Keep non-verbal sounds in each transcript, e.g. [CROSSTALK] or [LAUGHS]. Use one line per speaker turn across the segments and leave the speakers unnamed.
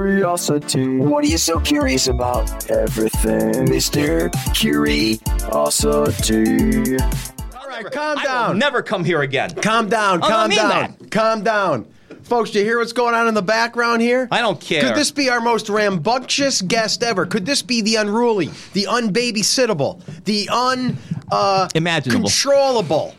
Curiosity. What are you so curious about? Everything, Mr. Curiosity.
All right, calm
I will
down.
never come here again.
Calm down.
I don't
Calm
mean
down. Calm down. Folks, do you hear what's going on in the background here?
I don't care.
Could this be our most rambunctious guest ever? Could this be the unruly, the unbabysittable, the un uh,
Imaginable.
controllable?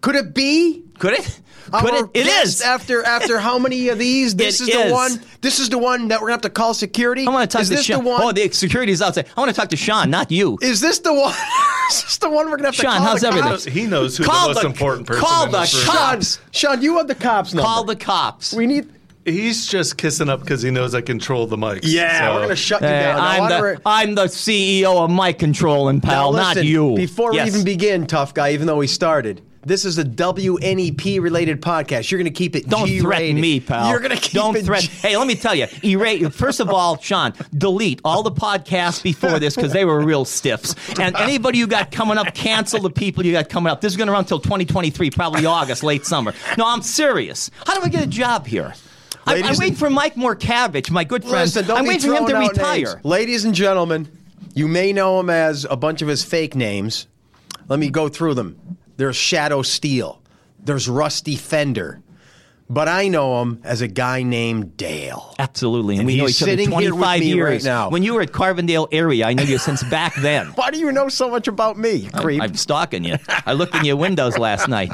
Could it be?
Could it? Could
Our
it? It
guest
is.
After after how many of these?
[LAUGHS]
This
It
is the
is.
one. This is the one that we're gonna have to call security.
I want to talk
is
to
this
Sean.
the one?
Oh, the security's outside. I want to talk to Sean, not you.
is this the one? [LAUGHS] is this the one we're gonna have to
Sean,
call
how's
the
everything?
cops?
He knows who
Call
the most
the-
important person
call
in
the
this room.
cop.
Sean, Sean, you have the cops number.
Call the cops.
We need.
He's just kissing up because he knows I control the mics.
Yeah,
So-
we're gonna shut you
Hey,
down. Now,
uh, I'm,
why don't
the,
we-
I'm the CEO of Mike Control and
now
Pal, not
listen,
you.
Before
Yes.
we even begin, tough guy, even though we started, this is a WNEP related podcast. You're going to keep it.
Don't
G-rated.
threaten me, pal.
You're going to keep
Don't
it.
threaten.
G-
Hey, let me tell you. Erase. First of all, Sean, delete all the podcasts before this because they were real stiffs. And anybody you got coming up, cancel the people you got coming up. This is going to run until 2023, probably August, late summer. No, I'm serious. How do I get a job here? I, I'm
Ladies-
waiting for Mike Morcavage, my good friend.
Listen, don't
I'm
be
waiting for him to
throwing out
retire.
names. Ladies and gentlemen, you may know him as a bunch of his fake names. Let me go through them. There's Shadow Steel. There's Rusty Fender. But I know him as a guy named Dale.
Absolutely, and, we know
he's
each other
sitting here with
25
me
years
right now.
When you were at Carbondale area, I knew you since back
[LAUGHS]
then.
Why do you know so much about me, creep?
I'm stalking you. I looked in your windows last night.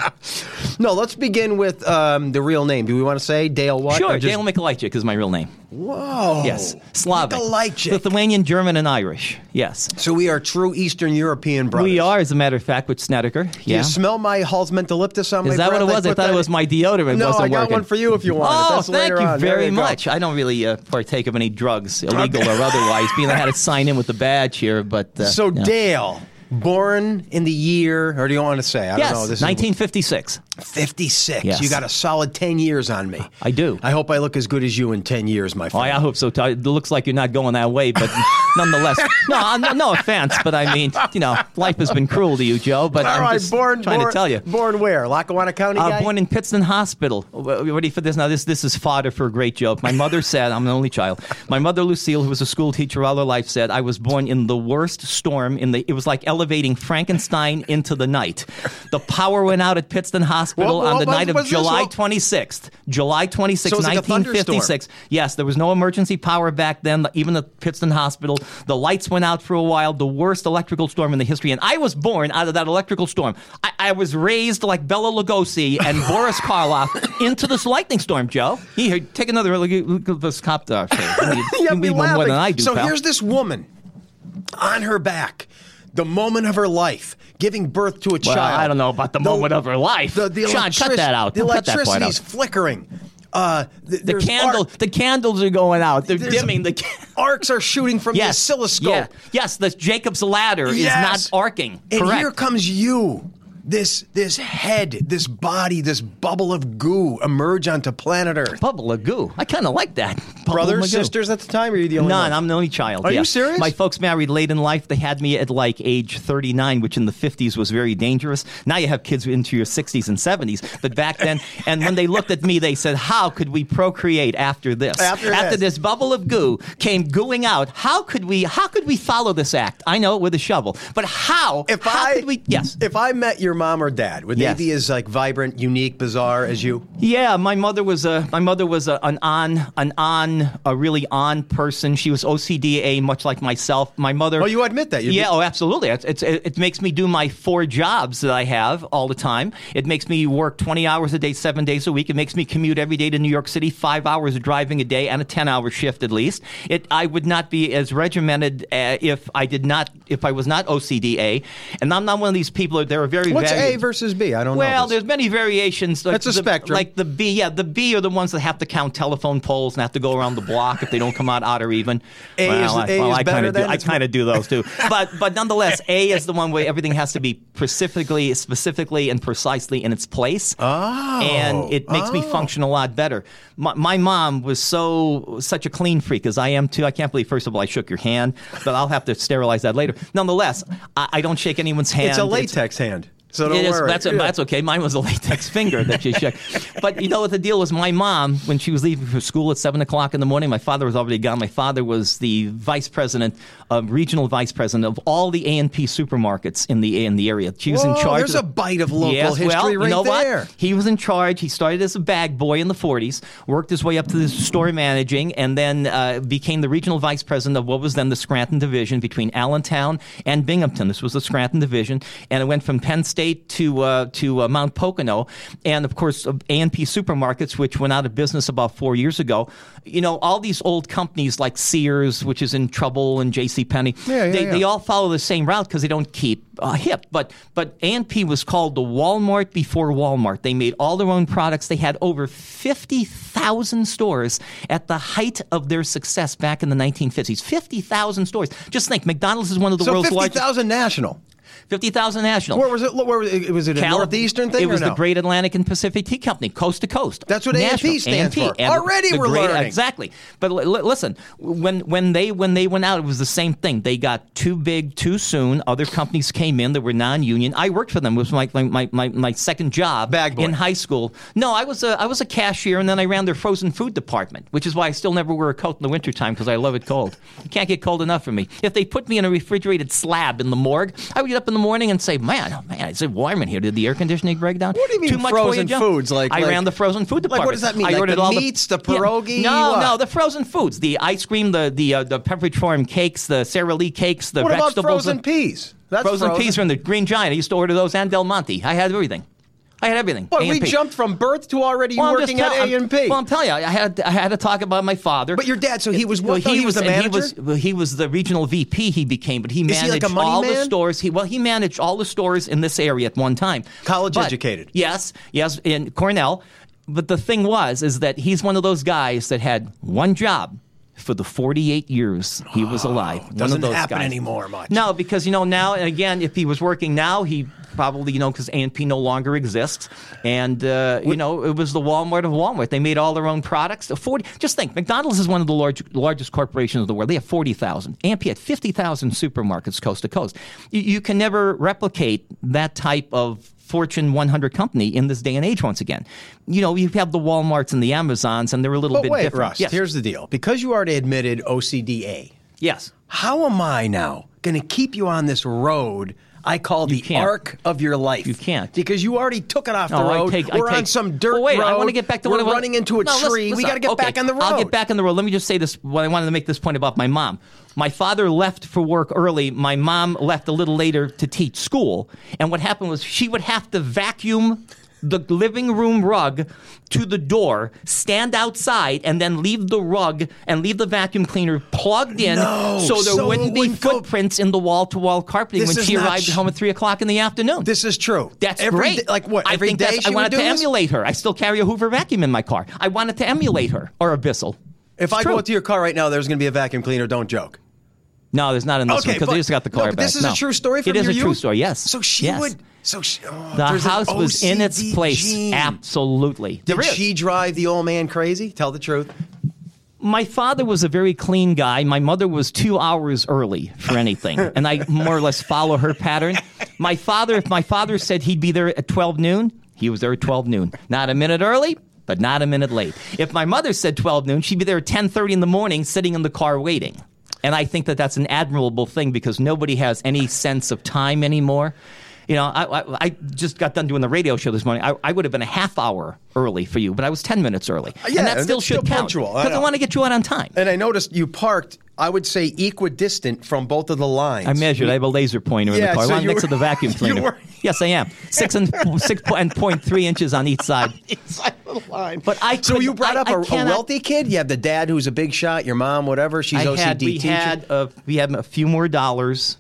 No, let's begin with um, the real name. Do we want to say Dale what?
Sure,
or just- Oh.
Dale Mikalajczyk is my real name.
Whoa.
Yes, Slavic,
Mikalajczyk.
Lithuanian, German, and Irish. Yes,
So we are true Eastern European brothers.
we are, as a matter of fact, with Snedeker.
Do
Yeah,
you smell my Halsmentaliptus on my
is that what
breath?
it was? I
put
thought
that
it
in-
was my deodorant
No,
wasn't
I got
working.
one for you if you want it.
Oh,
That's
thank
later
you
on. There
very
you go.
much. I don't really uh, partake of any drugs,
[LAUGHS]
illegal or otherwise. Being I had to sign in with the badge here, but uh,
So
yeah.
Dale, born in the year, or do you want to say? I
Yes,
don't know. This is
1956.
56.
Yes.
You got a solid 10 years on me.
I do.
I hope I look as good as you in 10 years, my
Oh,
friend.
I hope so. Ty. It looks like you're not going that way, but [LAUGHS] nonetheless, no, I- no, no offense, but I mean, you know, life has been cruel to you, Joe. But
All
I'm
right,
just
born,
trying
born,
to tell you.
Born where? Lackawanna County
Uh,
guy?
born in Pittston Hospital. W- w- Ready for this? Now, this this is fodder for a great joke. My
[LAUGHS]
mother said, "I'm an only child." My mother, Lucille, who was a school teacher all her life, said, "I was born in the worst storm. In the it was like elevating Frankenstein into the night. The power went out at Pittston Hospital
What-
on
what
the night
was
of
this?
July
What-
26th. July 26th,
So it was like a thunderstorm.
1956. yes, there was no emergency power back then. the- Even at Pittston Hospital, the lights went out for a while. The worst electrical storm in the history, and I was born out of that electrical storm. I, I was raised like Bella Lugosi
[LAUGHS]
and Boris Karloff into this lightning storm. Joe, here, take another look at- look at this cop there.
[LAUGHS]
You,
You have me
need one more
laughing.
than I do,
so
pal.
here's this woman on her back, the moment of her life, giving birth to a
Well,
child.
I don't know about the, moment of her life.
The, the
Sean, cut
electric-
that out.
The
Don't cut that part
electricity's
out.
flickering. Uh, th-
The
there's
candle,
arc-
the candles are going out. They're
there's- [LAUGHS]
dimming the. Ca-
arcs are shooting from the oscilloscope.
yeah. Yes, the Jacob's ladder
Yes.
is not arcing.
And
Correct.
here comes you. This this head, this body, this bubble of goo emerge onto planet Earth.
Bubble of goo. I kind of like that. [LAUGHS] Bubble of goo.
at the time, or are you the
None. I'm the only child.
Are you
yeah.
serious?
My folks married late in life. They had me at like age 39, which in the 50s was very dangerous. Now you have kids into your 60s and 70s. But back then, [LAUGHS] and when they looked at me, they said, "How could we procreate after this?
After this.
this bubble of goo came gooing out. How could we? How could we follow this act? I know it with a shovel, but how?
if
how
I
could we? Yes.
if I met your mom or dad, would
Yes.
they be as like vibrant, unique, bizarre as you?
Yeah, my mother was a my mother was a, an on an on a really on person. She was OCDA, much like myself. My mother.
Oh, you admit that? You'd be-
yeah. oh, absolutely. It's, it's, it it makes me do my four jobs that I have all the time. It makes me work twenty hours a day, seven days a week. It makes me commute every day to New York City, five hours of driving a day and a ten-hour shift at least. It. I would not be as regimented uh, if I did not if I was not OCDA, and I'm not one of these people. that- There are very
What's
valued-
A versus B? I don't know.
well,
this.
there's many variations. Like
That's a
the-
spectrum.
Like the B, yeah, the B are the ones that have to count telephone poles and have to go around the block if they don't come out odd or even.
[LAUGHS] A
well,
is-
I,
A
well,
is
I
better
kinda do,
than?
I
It's- [LAUGHS]
kind of do those too. But but nonetheless, A is the one where everything has to be specifically, specifically, and precisely in its place.
Oh.
and it makes me function a lot better. My, my mom was so such a clean freak as I am too. I can't believe first of all I shook your hand, but I'll have to sterilize that later. Nonetheless, I, I don't shake anyone's hand.
it's a latex hand. So don't
It is-
worry.
That's, that's okay. Mine was a latex finger that
[LAUGHS]
she shook. But you know what the deal was? My mom, when she was leaving for school at seven o'clock in the morning, my father was already gone. My father was the vice president, um, regional vice president of all the A and P supermarkets in the in the area. She was in
Whoa,
charge.
there's a
of the-
bite of local
yes,
history
well,
right
you know
there.
What? He was in charge. He started as a bag boy in the 40s, worked his way up to the store managing, and then uh, became the regional vice president of what was then the Scranton Division between Allentown and Binghamton. This was the Scranton Division, and it went from Penn State to uh, to uh, Mount Pocono, and of course uh, A and P Supermarkets, which went out of business about four years ago. You know, all these old companies like Sears, which is in trouble, and J.C. Penney.
Yeah, yeah,
they,
yeah.
they all all follow the same route because they don't keep uh, hip. But but A&P was called the Walmart before Walmart. They made all their own products. They had over fifty thousand stores at the height of their success back in the 1950s. Fifty thousand stores. Just think, McDonald's is one of the
So
world's
fifty
largest.
thousand national.
Fifty thousand national.
Where was it? Where was it? Was it a
Cali-
northeastern thing?
It was
or no?
the Great Atlantic and Pacific Tea Company, coast to coast.
That's what A&P
National,
stands
A&P,
for.
and
Already
the
we're
Great-
learning.
Exactly. But li- li- listen, when when they when they went out, it was the same thing. They got too big too soon. Other companies came in that were non-union. I worked for them. It was my my, my, my, my second job
Bag boy.
in high school. No, I was a I was a cashier, and then I ran their frozen food department, which is why I still never wear a coat in the wintertime because I love it cold. You can't get cold enough for me. If they put me in a refrigerated slab in the morgue, I would get up in the morning and say, "Man, oh man, is it warm in here? Did the air conditioning break down?"
What do you mean
Too much
frozen
Voyager?"
foods? Like-
I
like-
ran the frozen food
Like,
department.
what does that mean?
I
Like
ordered
the
all
meats, the
Yeah.
pierogi,
No,
what?
no, the frozen foods, the ice cream, the the uh, the Pepperidge Farm cakes, the Sara Lee cakes, the
What
vegetables.
about frozen peas? That's
frozen, peas from the Green Giant. I used to order those and Del Monte. I had everything. I had everything.
What, we
A&P.
jumped from birth to already
Well, I'm just
working at
tell-
A
I'm-
and P.
Well, I'm telling you, I had I had to talk about my father.
But your dad, so he was what? though? he, was the
and
manager.
He was, well, he was the regional VP. He became, but he
Is
managed
he like a money
all the
man?
stores. He well, he managed all the stores in this area at one time.
College
But-
educated.
Yes, yes, in Cornell. But the thing was, is that he's one of those guys that had one job for the 48 years he was alive. One of
Oh, doesn't
those
happen
guys.
anymore much.
No, because you know now, and again, if he was working now, he probably you know because A&P no longer exists, and uh, you know it was the Walmart of Walmart. They made all their own products. The Forty. Just think, McDonald's is one of the large, largest corporations of the world. They have forty thousand. A&P had fifty thousand supermarkets coast to coast. You, you can never replicate that type of Fortune 100 company in this day and age once again. You know, you have the Walmarts and the Amazons, and they're a little
But
bit
wait,
different.
Russ.
yes.
Here's the deal. Because you already admitted OCDA,
yes.
how am I now going to keep you on this road? I call the
can't.
arc of your life.
You can't.
because you already took it off
No,
the
I
road.
take- I
We're on
take-
some dirt
Well, wait,
road.
I want to get back to
We're
what I want.
running into a
No, listen,
tree. we
listen.
got to get
Okay,
back on the road.
I'll get back on the road. Let me just say this. What I wanted to make this point about my mom. My father left for work early. My mom left a little later to teach school. And what happened was she would have to vacuum the living room rug to the door, stand outside, and then leave the rug and leave the vacuum cleaner plugged in
No,
so there
so
wouldn't be
we go-
footprints in the wall to wall carpeting
This
when
is
she
not
arrived
sh-
home at 3 o'clock in the afternoon.
This is true.
That's
every
great.
day- like what?
I
every
think
day
that's-
she
I wanted
would do
to
this?
emulate her. I still carry a Hoover vacuum in my car. I wanted to emulate her or a Bissell.
If I
true.
go into your car right now, there's going to be a vacuum cleaner. Don't joke.
No, there's not in this
Okay,
because
but-
they just got the
no,
car
but
back.
This is
No.
a true story from
It is
your
a true
youth?
story. Yes.
So she
Yes.
would. So she, oh,
The
there's an
house was in its
OCD
place.
gene.
Absolutely.
Did
There is.
she drive the old man crazy? Tell the truth.
my father was a very clean guy. My mother was two hours early for
[LAUGHS]
anything, and I more or less follow her pattern. My father, if my father said he'd be there at twelve noon, he was there at twelve noon. Not a minute early, but not a minute late. If my mother said twelve noon, she'd be there at ten thirty in the morning, sitting in the car waiting. And I think that that's an admirable thing because nobody has any sense of time anymore. You know, I, I, I just got done doing the radio show this morning. I, I would have been a half hour early for you, but I was 10 minutes early.
Yeah,
and that
and
still
that's
should
still
count.
punctual. I
Because I
know.
want to get you out on time.
And I noticed you parked, I would say, equidistant from both of the lines.
I measured. I have a laser pointer in
Yeah,
the car.
so
I'm
you
next
were-
to the vacuum
[LAUGHS] you
cleaner.
were-
yes, I am.
[LAUGHS]
Six and six po- and point three inches on each side.
Inside of the line.
But I
so
couldn't-
you brought
I-
up
I
a a
cannot-
wealthy kid. You have the dad who's a big shot. Your mom, whatever. She's
I
OCD
had, we
teacher.
had uh, we had a few more dollars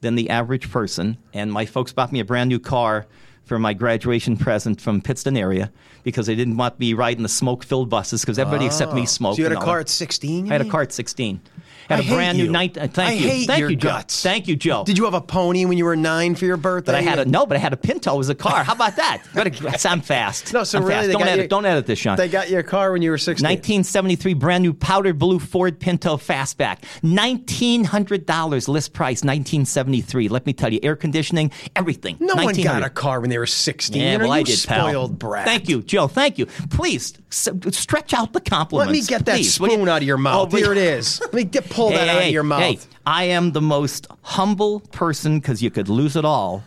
than the average person, and my folks bought me a brand new car for my graduation present from Pittston area because they didn't want me riding the smoke filled buses because everybody except me smoked.
Oh. so you had
and
a
all
car
that.
at sixteen.
I had a car at 16. Had
I
a
hate
brand new
you.
night. uh, thank
I
you.
hate
thank
your
you, Joe.
guts.
Thank you, Joe.
Did you have a pony when you were nine for your birthday?
But I had a no, but I had a Pinto as a car. How about that? [LAUGHS] What a, I'm fast.
No, so
I'm
really
fast.
they
don't
got
edit.
you-
don't edit this, Sean.
They got you a car when you were 16.
1973 brand new powder blue Ford Pinto fastback. $1,900 list price, 1973. Let me tell you, air conditioning, everything.
No one got
1900.
a car when they were 16.
Yeah,
You know,
well, I
you
did, pal.
spoiled brat.
Thank you, Joe. Thank you. Please s- stretch out the
Let
compliments.
me get that
please. Will you-
spoon out of your mouth.
Oh, will
Here it
you-
is. Let me get, pull that
Hey,
out
hey,
of your mouth.
hey, I am the most humble person because you could lose it all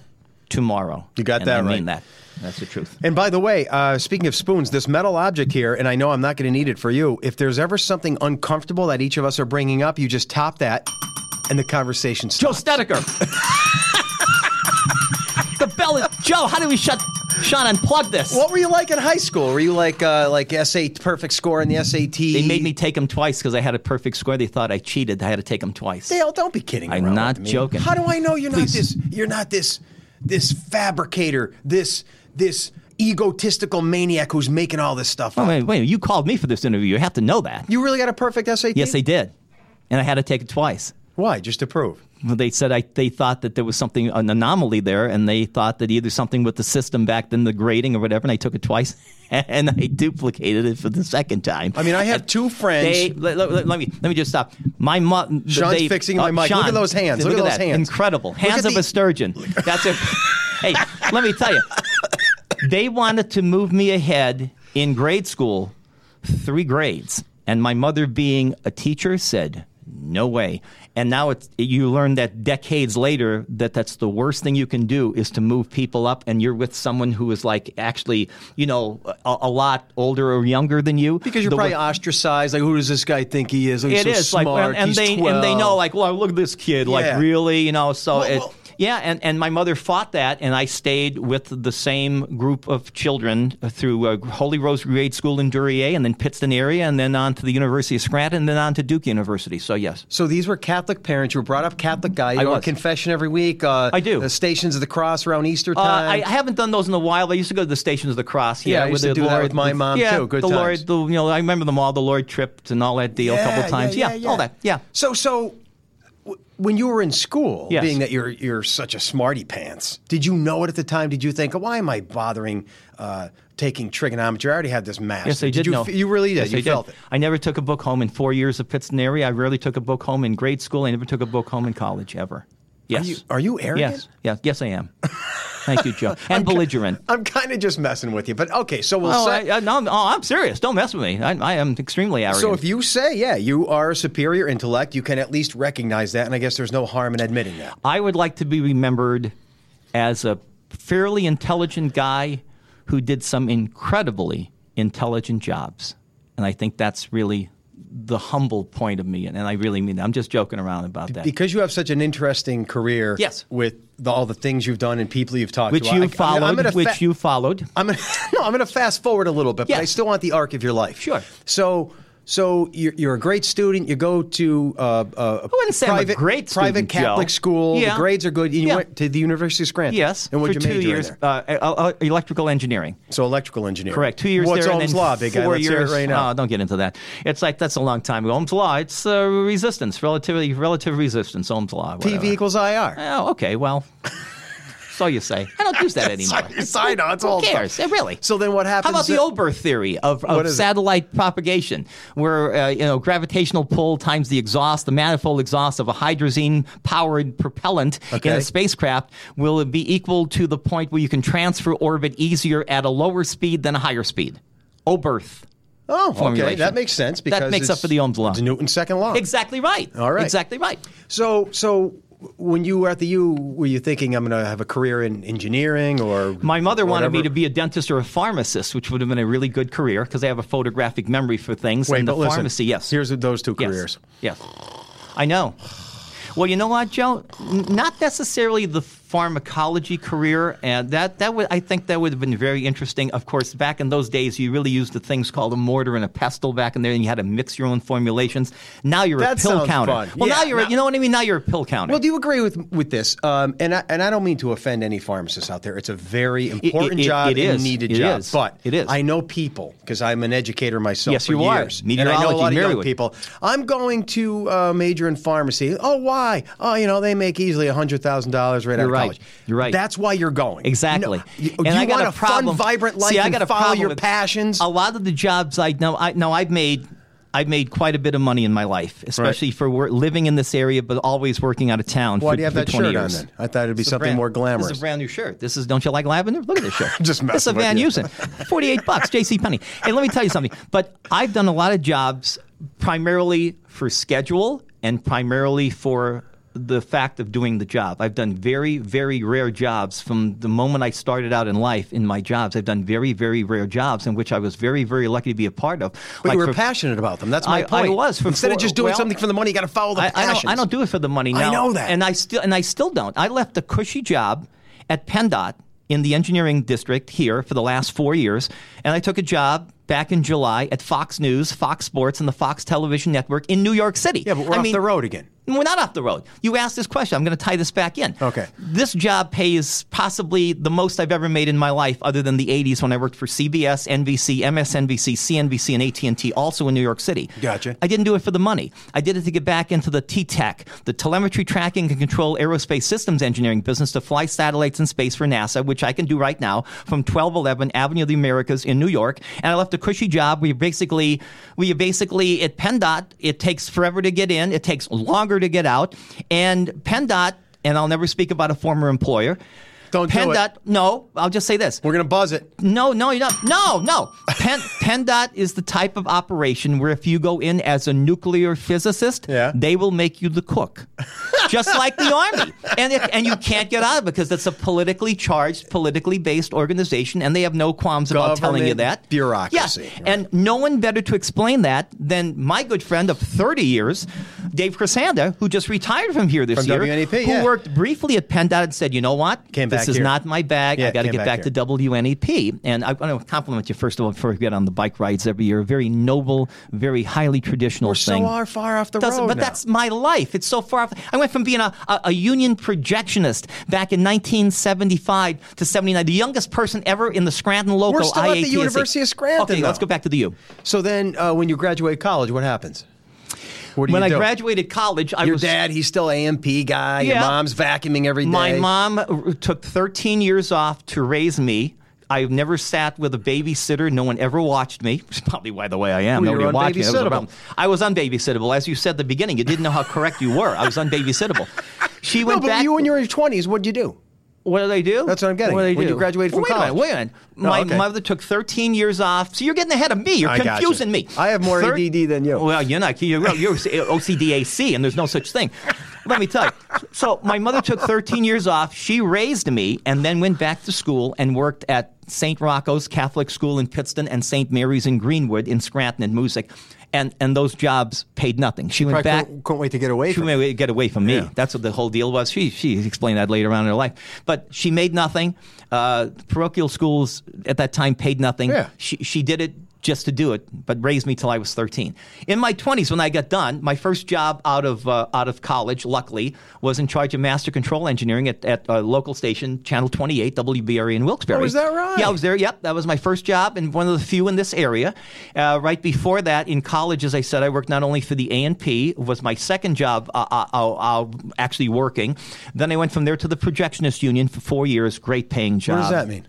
tomorrow.
You got
And
that
I
right.
mean that. That's the truth.
And by the way, uh, speaking of spoons, this metal object here, and I know I'm not going to need it for you. If there's ever something uncomfortable that each of us are bringing up, you just top that, and the conversation
Joe
stops.
Stedeker. the bell is Joe. How do we shut Sean unplug this?
What were you like in high school? Were you like uh, like SAT perfect score in the SAT?
They made me take him twice because I had a perfect score. They thought I cheated. I had to take him twice.
Dale, don't be kidding.
I'm
around
not
with me.
joking.
How do I know you're
Please.
not this? You're not this this fabricator. This this egotistical maniac who's making all this stuff
Oh,
up.
wait, wait. You called me for this interview. You have to know that.
You really got a perfect SAT?
yes, they did, and I had to take it twice.
Why? Just to prove.
Well, they said I, they thought that there was something an anomaly there, and they thought that either something with the system back then, the grading or whatever. And I took it twice, [LAUGHS] and I duplicated it for the second time.
I mean, I
[LAUGHS]
have two friends.
They, let, let- let- let me let me just stop. My mom.
Sean's
they,
fixing my mic. Look
uh, Sean,
at those hands. Look at those
that.
hands.
Incredible.
Look
Hands
at
of
the-
a sturgeon. That's it. hey, let me tell you. They wanted to move me ahead in grade school, three grades, and my mother, being a teacher, said. No way. And now it's, you learn that decades later that that's the worst thing you can do is to move people up and you're with someone who is like actually, you know, a, a lot older or younger than you.
Because you're
The
probably
wor-
ostracized. Like, who does this guy think he is? Oh, he's
it
so
is
smart.
like, and, and
he's
they
12.
and they know like, well, look at this kid,
Yeah.
like really, you know. So
Well,
it,
well-
yeah, and and my mother fought that, and I stayed with the same group of children through uh, Holy Rose Grade School in Duryea, and then Pittston area, and then on to the University of Scranton, and then on to Duke University. So yes,
So these were Catholic parents who were brought up Catholic guy. You
I
go to
was.
confession every week. Uh,
I do.
The Stations of the Cross around Easter
uh,
time.
I, I haven't done those in a while. I used to go to the Stations of the Cross. Here
Yeah, I used to
the
do that with my mom,
yeah,
too. Good
the Lord,
times.
the, you know, I remember them all. The Lord tripped and all that deal a couple times. Yeah, all that. Yeah.
So so w- when you were in school,
Yes.
being that you're you're such a smarty pants, did you know it at the time? Did you think, why am I bothering uh, taking trigonometry? I already had this math.
Yes, I did.
you,
know.
f- You really did.
Yes,
you
I
felt it.
I never took a book home in four years of Pittston area. I rarely took a book home in grade school. I never took a book home in college ever. Yes.
you- are you arrogant?
Yes. Yes. Yes, I am. Thank
[LAUGHS]
you, Joe. And belligerent.
I'm kind of just messing with you, but okay. So we'll
Oh,
say.
I, I, no, I'm- oh, I'm serious. Don't mess with me. I, I am extremely arrogant.
so if you say, yeah, you are a superior intellect, you can at least recognize that, and I guess there's no harm in admitting that.
I would like to be remembered as a fairly intelligent guy who did some incredibly intelligent jobs. And I think that's really the humble point of me. And, and I really mean that. I'm just joking around about that.
Because you have such an interesting career,
Yes.
with the, all the things you've done and people you've talked
which
to, I-
you
I'm-
followed,
gonna fa-
which you followed.
[LAUGHS] I'm gonna, no, I'm gonna fast forward a little bit, but
Yeah.
I still want the arc of your life.
Sure.
So, so you're, you're a great student. You go to uh, uh, a
wouldn't say I'm a
private,
great
private
student,
Catholic
Joe.
school.
Yeah.
The grades are good. You
Yeah.
went to the University of Scranton.
Yes,
And
for
what'd you
two
major
years,
in there?
uh, uh, uh, electrical engineering.
so electrical engineering.
Correct. Two years
What's
there,
Ohm's
and then
law, big guy?
four
Let's hear
years.
it right now.
Oh, don't get into that. It's like that's a long time ago. Ohm's law. It's uh, resistance, relativity, relative resistance. Ohm's law.
TV
whatever.
equals IR.
Oh, okay. Well, [LAUGHS] so you say. I don't
[LAUGHS]
use that anymore.
I know. It's all
Who cares? Eh, Really?
So then what happens?
How about the
then-
Oberth theory of,
What
of
is it?
satellite propagation, where uh, you know gravitational pull times the exhaust, the manifold exhaust of a hydrazine-powered propellant in
Okay.
a spacecraft will be equal to the point where you can transfer orbit easier at a lower speed than a higher speed. Oberth.
Oh, okay.
formulation?
That makes sense because
that makes up
it's-
for the Ohm's law.
It's Newton's second law.
Exactly right.
Oh. All right.
Exactly right.
So, so when you were at the U, were you thinking I'm going to have a career in engineering or?
My mother wanted me
whatever?
to be a dentist or a pharmacist, which would have been a really good career because I have a photographic memory for things.
Wait,
and the
but listen,
pharmacy, yes.
Here's those two
Yes.
careers.
Yes. I know. Well, you know what, Joe? N- Not necessarily the pharmacology career, and that that would I think that would have been very interesting. Of course, back in those days, you really used the things called a mortar and a pestle back in there, and you had to mix your own formulations. Now you're
That
a pill
sounds
counter.
fun.
Well,
Yeah,
now you're a-
now-
you know what I mean. Now you're a pill counter.
Well, do you agree with with this? Um, and I, and I don't mean to offend any pharmacists out there. It's a very important
it-
job
it
and
is.
needed
It
job.
is.
But
It is.
I know people because I'm an educator myself.
Yes,
for
you are.
years, and I know a lot
Meteorology,
of young
Marywood.
people. I'm going to uh, major in pharmacy. Oh, why? Oh, you know they make easily hundred thousand dollars right out
You're
of
right.
college.
You're right.
That's why you're going.
Exactly.
No, you
and
you
I got
want
a
fun,
problem.
vibrant life
See, I
and
got a
follow
problem
your
with-
passions.
A lot of the jobs I know, I know I've made. I've made quite a bit of money in my life, especially for work, living in this area, but always working out of town.
why
for,
do you have
for
that
20
shirt on
years.
then? I thought it'd be
It's a
something
brand-
more glamorous.
This is a brand new shirt. This is don't you like lavender? Look at this shirt.
[LAUGHS] Just
this is a
messing with
Van
you. [LAUGHS]
Usen, forty eight bucks, J.C. Penney. And let me tell you something. But I've done a lot of jobs primarily for schedule and primarily for the fact of doing the job. I've done very, very rare jobs from the moment I started out in life in my jobs. I've done very, very rare jobs in which I was very, very lucky to be a part of.
But you were
for-
passionate about them. That's my
I- I
point.
was for
Instead of
four-
just doing
well,
something for the money, you got to follow the
I, I,
passions.
don't, I don't do it for the money
I
now.
know that.
And I still and I still don't. I left a cushy job at PennDOT in the engineering district here for the last four years, and I took a job back in July at Fox News, Fox Sports, and the Fox Television Network in New York City.
Yeah, but we're
I
off
mean,
the road again.
We're not off the road. You asked this question. I'm going to tie this back in.
Okay.
This job pays possibly the most I've ever made in my life, other than the 80s when I worked for CBS, NBC, MSNBC, CNBC, and AT&T, also in New York City.
Gotcha.
I didn't do it for the money. I did it to get back into the T-Tech, the telemetry tracking and control aerospace systems engineering business to fly satellites in space for NASA, which I can do right now from 1211 Avenue of the Americas in New York. And I left a cushy job where you basically, where you basically at PennDOT, it takes forever to get in, it takes longer to get out, and PennDOT, and I'll never speak about a former employer.
Don't do it.
PennDOT, no, I'll just say this.
We're gonna buzz it.
No, no, you're not. No, no. Pen, PennDOT is the type of operation where if you go in as a nuclear physicist,
Yeah.
they will make you the cook, just like the army. And if, and you can't get out of it because it's a politically charged, politically based organization, and they have no qualms about telling you
Government
that
bureaucracy.
Yes.
Right.
And no one better to explain that than my good friend of 30 years, Dave Crisanda, who just retired from here this
From
year,
WNEP,
who
yeah.
worked briefly at PennDOT and said, you know what,
Came
this
back
is
here.
not my bag.
Yeah,
I got to
came
get
back
back to
here.
WNEP. E And I want to compliment you, first of all, before we get on the bike rides every year. Very noble, very highly traditional
We're
thing.
so far, far off the
Doesn't-
road.
but
now.
that's my life. It's so far off. I went from being a, a, a union projectionist back in 1975 to 79, the youngest person ever in the Scranton local
still at the
IATSC.
University of Scranton,
Okay, let's
though.
go back to the U.
so. Then, uh, when you graduate college, what happens? What do
When
you
I
do?
graduated college, I
your
was
dad, he's still AMP guy. Your
Yeah.
mom's vacuuming every day.
My mom r- took 13 years off to raise me. I've never sat with a babysitter. No one ever watched me. [LAUGHS] It's probably why the way I am.
Well, you
Nobody
were
watched me. That was the
unbabysittable.
problem. I was unbabysittable. As you said at the beginning, you didn't know how correct you were. I was unbabysittable. She
No,
went
but
back.
you when you were in your twenties, what'd you do?
What did I do?
That's what I'm getting
What did I
at.
do?
When you graduated from
wait A minute,
college.
wait a minute.
No,
My
okay.
mother took 13 years off. So you're getting ahead of me. You're
I gotcha.
confusing me.
I have more
Thir-
ADD than you.
Well, you're not. You're, you're OCDAC, and there's no such thing. Let me tell you. So my mother took 13 years off. She raised me, and then went back to school and worked at St. Rocco's Catholic School in Pittston and St. Mary's in Greenwood in Scranton and Music. And, and those jobs paid nothing. She went
Probably
back.
couldn't, couldn't wait to get away
She
from.
may get away from me.
Yeah.
That's what the whole deal was. She she explained that later on in her life. But she made nothing. Uh, parochial schools at that time paid nothing.
Yeah.
She she did it just to do it, but raised me till I was thirteen. In my twenties, when I got done, my first job out of uh, out of college, luckily, was in charge of master control engineering at, at a local station, Channel Twenty Eight, WBRE E in Wilkes-Barre.
Oh, is that right?
Yeah, I was there. Yep, that was my first job and one of the few in this area. Uh, right before that, in college, as I said, I worked not only for the A and P, was my second job uh, uh, uh, uh, actually working. Then I went from there to the Projectionist Union for four years, great paying job.
What does that mean?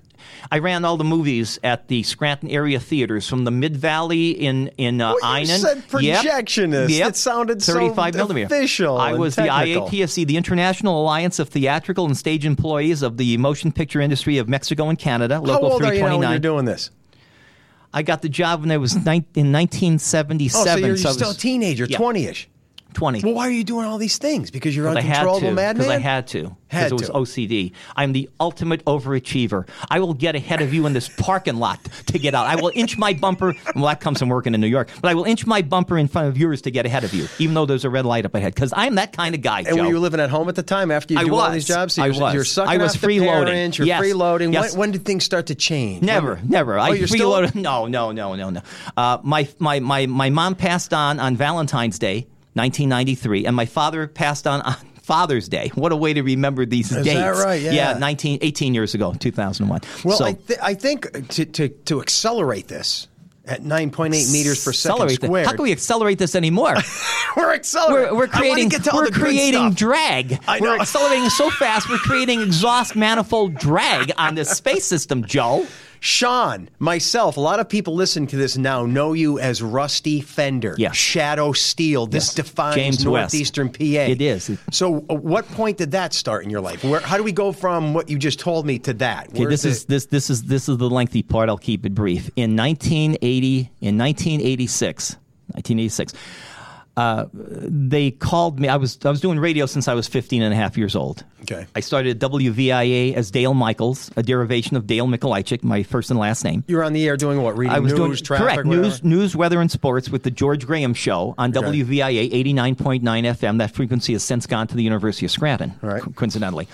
I ran all the movies at the Scranton area theaters from the Mid Valley in in uh,
Well, you
Einan.
said projectionist.
Yep.
It sounded so
35 millimeter.
official
I
and
was
technical.
the IATSC, the International Alliance of Theatrical and Stage Employees of the Motion Picture Industry of Mexico and Canada,
How
Local
old are you now
329.
when you're doing this?
I got the job when I was nine in 1977.
Oh, so you're
I
still
was-
a teenager,
Yeah.
twenty-ish.
20.
Well, why are you doing all these things? Because you're
I had
uncontrollable
to
madman.
because I had to
Had
because it was
to.
OCD. I'm the ultimate overachiever. I will get ahead of you in this parking lot to get out. I will inch my bumper. Well, that comes from working in New York, but I will inch my bumper in front of yours to get ahead of you, even though there's a red light up ahead. Because I'm that kind of guy.
And
Joe.
were you living at home at the time after you
I
do all
was.
these jobs? So
I
you're,
was.
You're sucking
I was
off the
freeloading.
parents, you're
Yes.
freeloading.
Yes.
When, when did things start to change?
Never,
When-
never.
Oh,
I
you're still-
freeloaded. [LAUGHS] No, no, no, no, no. Uh, my, my, my, my mom passed on on Valentine's Day, 1993, and my father passed on [LAUGHS] on Father's Day. What a way to remember these
Is
dates.
that right? Yeah.
19, 18 years ago, 2001.
Well,
so,
I, th- I think to, to, to accelerate this at 9.8 meters per second
accelerate this.
squared, [LAUGHS]
How can we accelerate this anymore?
are
We're,
accelerating.
we're
[LAUGHS] I wanna
creating,
get to all
we're
the good
creating
stuff.
drag.
I
We're
know.
accelerating so fast, we're creating exhaust manifold drag on this space system, Joe.
Sean, myself, a lot of people listening to this now know you as Rusty Fender,
Yeah.
Shadow Steel. This defines
James West.
northeastern PA.
It is.
So, uh, what point did that start in your life? Where, how do we go from what you just told me to that?
Okay, this is this this is this is the lengthy part. I'll keep it brief. In 1980, in 1986, 1986, uh, they called me. I was I was doing radio since I was 15 and a half years old.
Okay.
I started at WVIA as Dale Michaels, a derivation of Dale Mikolajczyk, my first and last name.
you were on the air doing what? Reading
I was
news,
doing
traffic,
correct
whatever?
news, news, weather, and sports with the George Graham Show on WVIA 89.9 FM. That frequency has since gone to the University of Scranton,
Right.
co- coincidentally.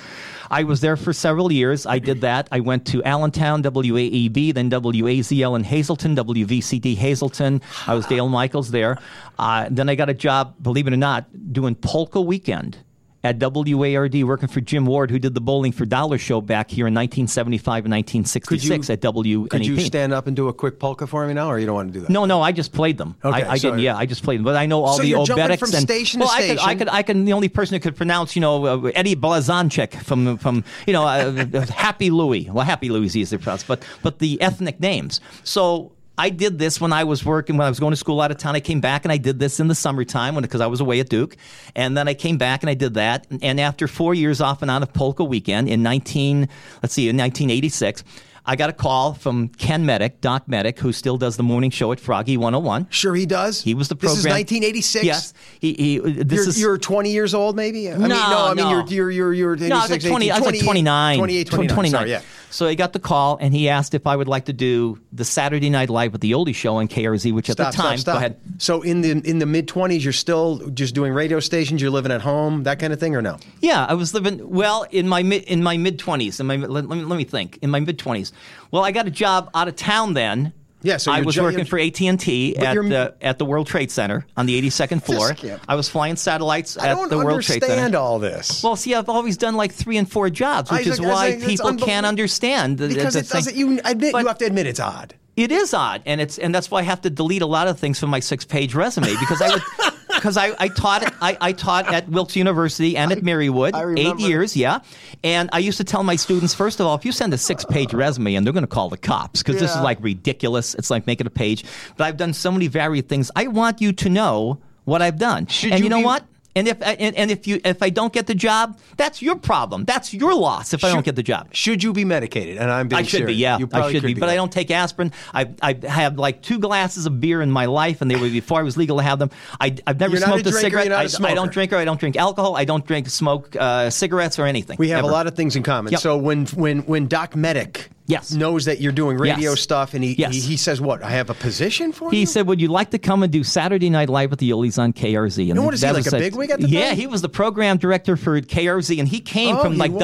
I was there for several years. I did that. I went to Allentown, WAEB, then WAZL in Hazleton, WVCD Hazleton. I was Dale Michaels there. Uh, then I got a job, believe it or not, doing Polka Weekend. At WARD, working for Jim Ward, who did the Bowling for Dollar show back here in 1975 and 1966 at E WNEP.
Could you stand up and do a quick polka for me now, or you don't want to do that?
No, no, I just played them.
Okay,
I, I
so-
did, yeah, I just played them. But I know all
So
the
you're jumping
obetics
from
and
station to
well, I
station.
could, I could, I can. The only person who could pronounce, you know, uh, Eddie Blazanchik from from you know, uh, [LAUGHS] uh, Happy Louie. Well, Happy Louie is easy to pronounce, but but the ethnic names. So. I did this when I was working, when I was going to school out of town. I came back and I did this in the summertime because I was away at Duke. And then I came back and I did that. And after four years off and on of Polka Weekend in 19, let's see, in 1986, I got a call from Ken Medic, Doc Medic, who still does the morning show at Froggy 101.
Sure, he does.
He was the program.
This is 1986.
Yes. He, he, uh, this
You're,
is,
you're 20 years old, maybe. I mean,
No,
no, I mean
no.
you're you're you're, you're
no, I was like
86,
20, I was like
28,
29.
28, 29.
29.
Sorry, yeah.
So he got the call and he asked if I would like to do the Saturday Night Live with the Oldie Show on KRZ, which at
Stop,
the time,
stop, stop.
go ahead.
So in the in the mid 20s, you're still just doing radio stations. You're living at home, that kind of thing, or no?
Yeah, I was living well in my mid in my mid twenties. In my let, let me let me think in my mid twenties. Well, I got a job out of town then.
Yeah, so
I
you're
was
ju-
working
you're-
for AT and T at
you're-
the at the World Trade Center on the 82nd floor.
can't be-
I was flying satellites
I
at
don't
the World Trade Center.
understand all this.
Well, see, I've always done like three and four jobs, which
I-
is
I-
why
I- it's
people can't
unbelievable.
understand. the- the-
because
the
it
thing.
doesn't. You admit
But-
you have to admit it's odd.
It is odd, and it's and that's why I have to delete a lot of things from my six-page resume because I would [LAUGHS] because I, I taught I, I taught at Wilkes University and at Marywood eight
remember.
years, yeah. And I used to tell my students, first of all, if you send a six-page resume, and they're going to call the cops because this is
Yeah.
like ridiculous. It's like making a page. But I've done so many varied things. I want you to know what I've done, and you,
you
know
be-
what. And if and, and if you if I don't get the job, that's your problem. That's your loss if I don't get the job.
Should you be medicated? And I'm being
I should
serious.
be, yeah.
You probably
I should
could
be, but I
yeah.
don't take aspirin. I I have like two glasses of beer in my life, and they were before I was legal to have them. I, I've never
You're not a
smoked a,
drinker,
cigarette.
you're not a
I- I,
smoker.
don't drink or I don't drink alcohol. I don't drink smoke uh, cigarettes or anything.
We have
ever.
a lot of things in common.
Yep.
So when when when Doc Medic
Yes.
knows that you're doing radio
Yes.
stuff, and he,
Yes.
he he says, "What? I have a position for you."
He said, "Would you like to come and do Saturday Night Live with the Yolies on KRZ?" And
No, what is he,
that
like
was
a bigwig at the
Yeah,
time?
he was the program director for KRZ, and he came
Oh,
from
he
like
was.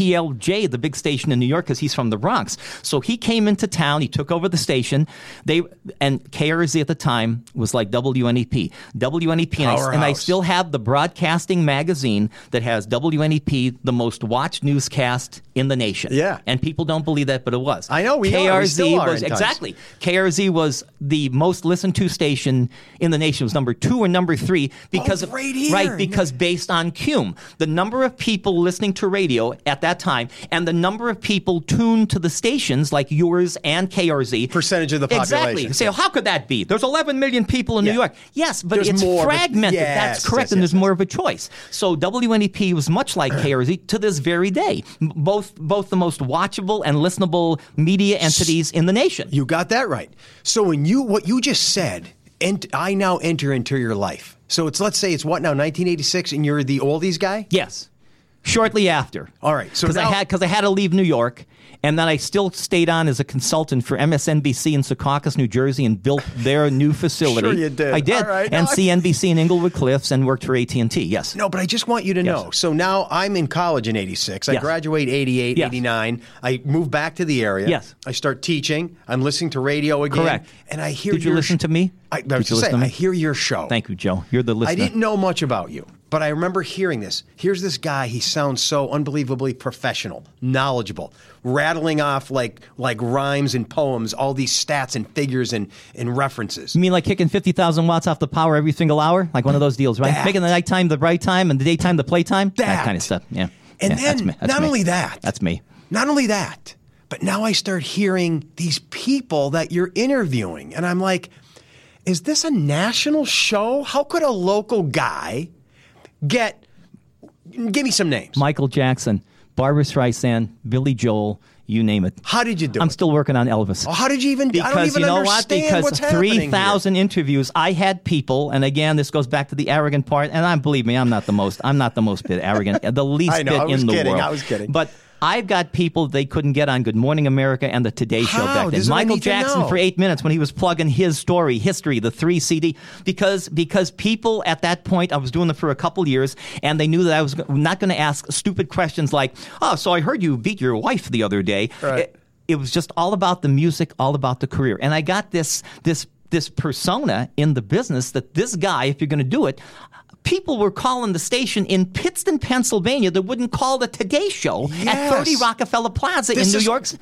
WPLJ, the big station in New York, because he's from the Bronx. So he came into town. He took over the station. They and KRZ at the time was like E WNEP, WNEP, and I, and I
Powerhouse.
still have the broadcasting magazine that has WNEP, the most watched newscast in the nation.
Yeah.
and people don't believe that, but it was.
I know, we
KRZ
are. We still are
was
at times.
exactly. KRZ was the most listened to station in the nation. It was number two or number three because
Oh,
of
right here.
right because based on Cume, the number of people listening to radio at that time and the number of people tuned to the stations like yours and KRZ
Percentage of the
Exactly.
population.
Say, how could that be? There's 11 million people in
Yeah.
New York. Yes, but
There's
it's
more, but-
fragmented.
Yes,
That's correct,
yes,
and
yes,
there's more of a choice. So WNEP was
[CLEARS THROAT]
much like KRZ to this very day. M- Both both the most watchable and listenable media entities in the nation.
You got that right. So when you what you just said ent- I now enter into your life. So it's let's say it's what now 1986, and you're the oldies guy.
Yes. Shortly after.
All right, so
because I
now-
had because I had to leave New York, and then I still stayed on as a consultant for MSNBC in Secaucus, New Jersey, and built their new facility.
[LAUGHS] Sure you did.
I did.
All right,
and
no, I-
CNBC in Inglewood Cliffs, and worked for AT and T. Yes.
No, but I just want you to know. So now I'm in college in 86. I
Yes.
graduate 88,
Yes.
89. I move back to the area.
Yes.
I start teaching. I'm listening to radio again.
Correct.
And I hear
Did you
your
listen to me?
I, I
Did
was
you
just
listen
saying,
to me?
I hear your show.
Thank you, Joe. You're the listener.
I didn't know much about you, but I remember hearing this. Here's this guy. He sounds so unbelievably professional, knowledgeable, rattling off like like rhymes and poems, all these stats and figures and and references.
You mean like kicking 50,000 watts off the power every single hour? Like one of those deals, right?
That.
Making the nighttime the bright time and the daytime the playtime? That,
That.
kind of stuff. Yeah.
And
Yeah, that's
then
me. That's
not
me.
only that,
That's me.
Not only that, but now I start hearing these people that you're interviewing, and I'm like, is this a national show? How could a local guy get? Give me some names.
Michael Jackson, Barbara Streisand, Billy Joel, you name it.
How did you do
I'm
it?
still working on Elvis.
How did you even? Oh, I don't
because
even
you know what?
understand
Because
what's happening here.
three thousand interviews, I had people, and again, this goes back to the arrogant part. And I believe me, I'm not the most, I'm not the most bit arrogant, [LAUGHS] the least
I know,
bit
I was
in the
kidding,
world.
I was kidding.
But I've got people they couldn't get on Good Morning America and the Today
How?
Show back
This
then.
is what I
Michael
need to
Jackson
know.
for eight minutes when he was plugging his story, history, the three CD, because because people at that point, I was doing it for a couple years, and they knew that I was not going to ask stupid questions like, "Oh, so I heard you beat your wife the other day."
Right.
It- it was just all about the music, all about the career. And I got this this this persona in the business that this guy, if you're going to do it, people were calling the station in Pittston, Pennsylvania that wouldn't call the Today Show at
Yes.
30 Rockefeller Plaza
This
in New
is-
York's.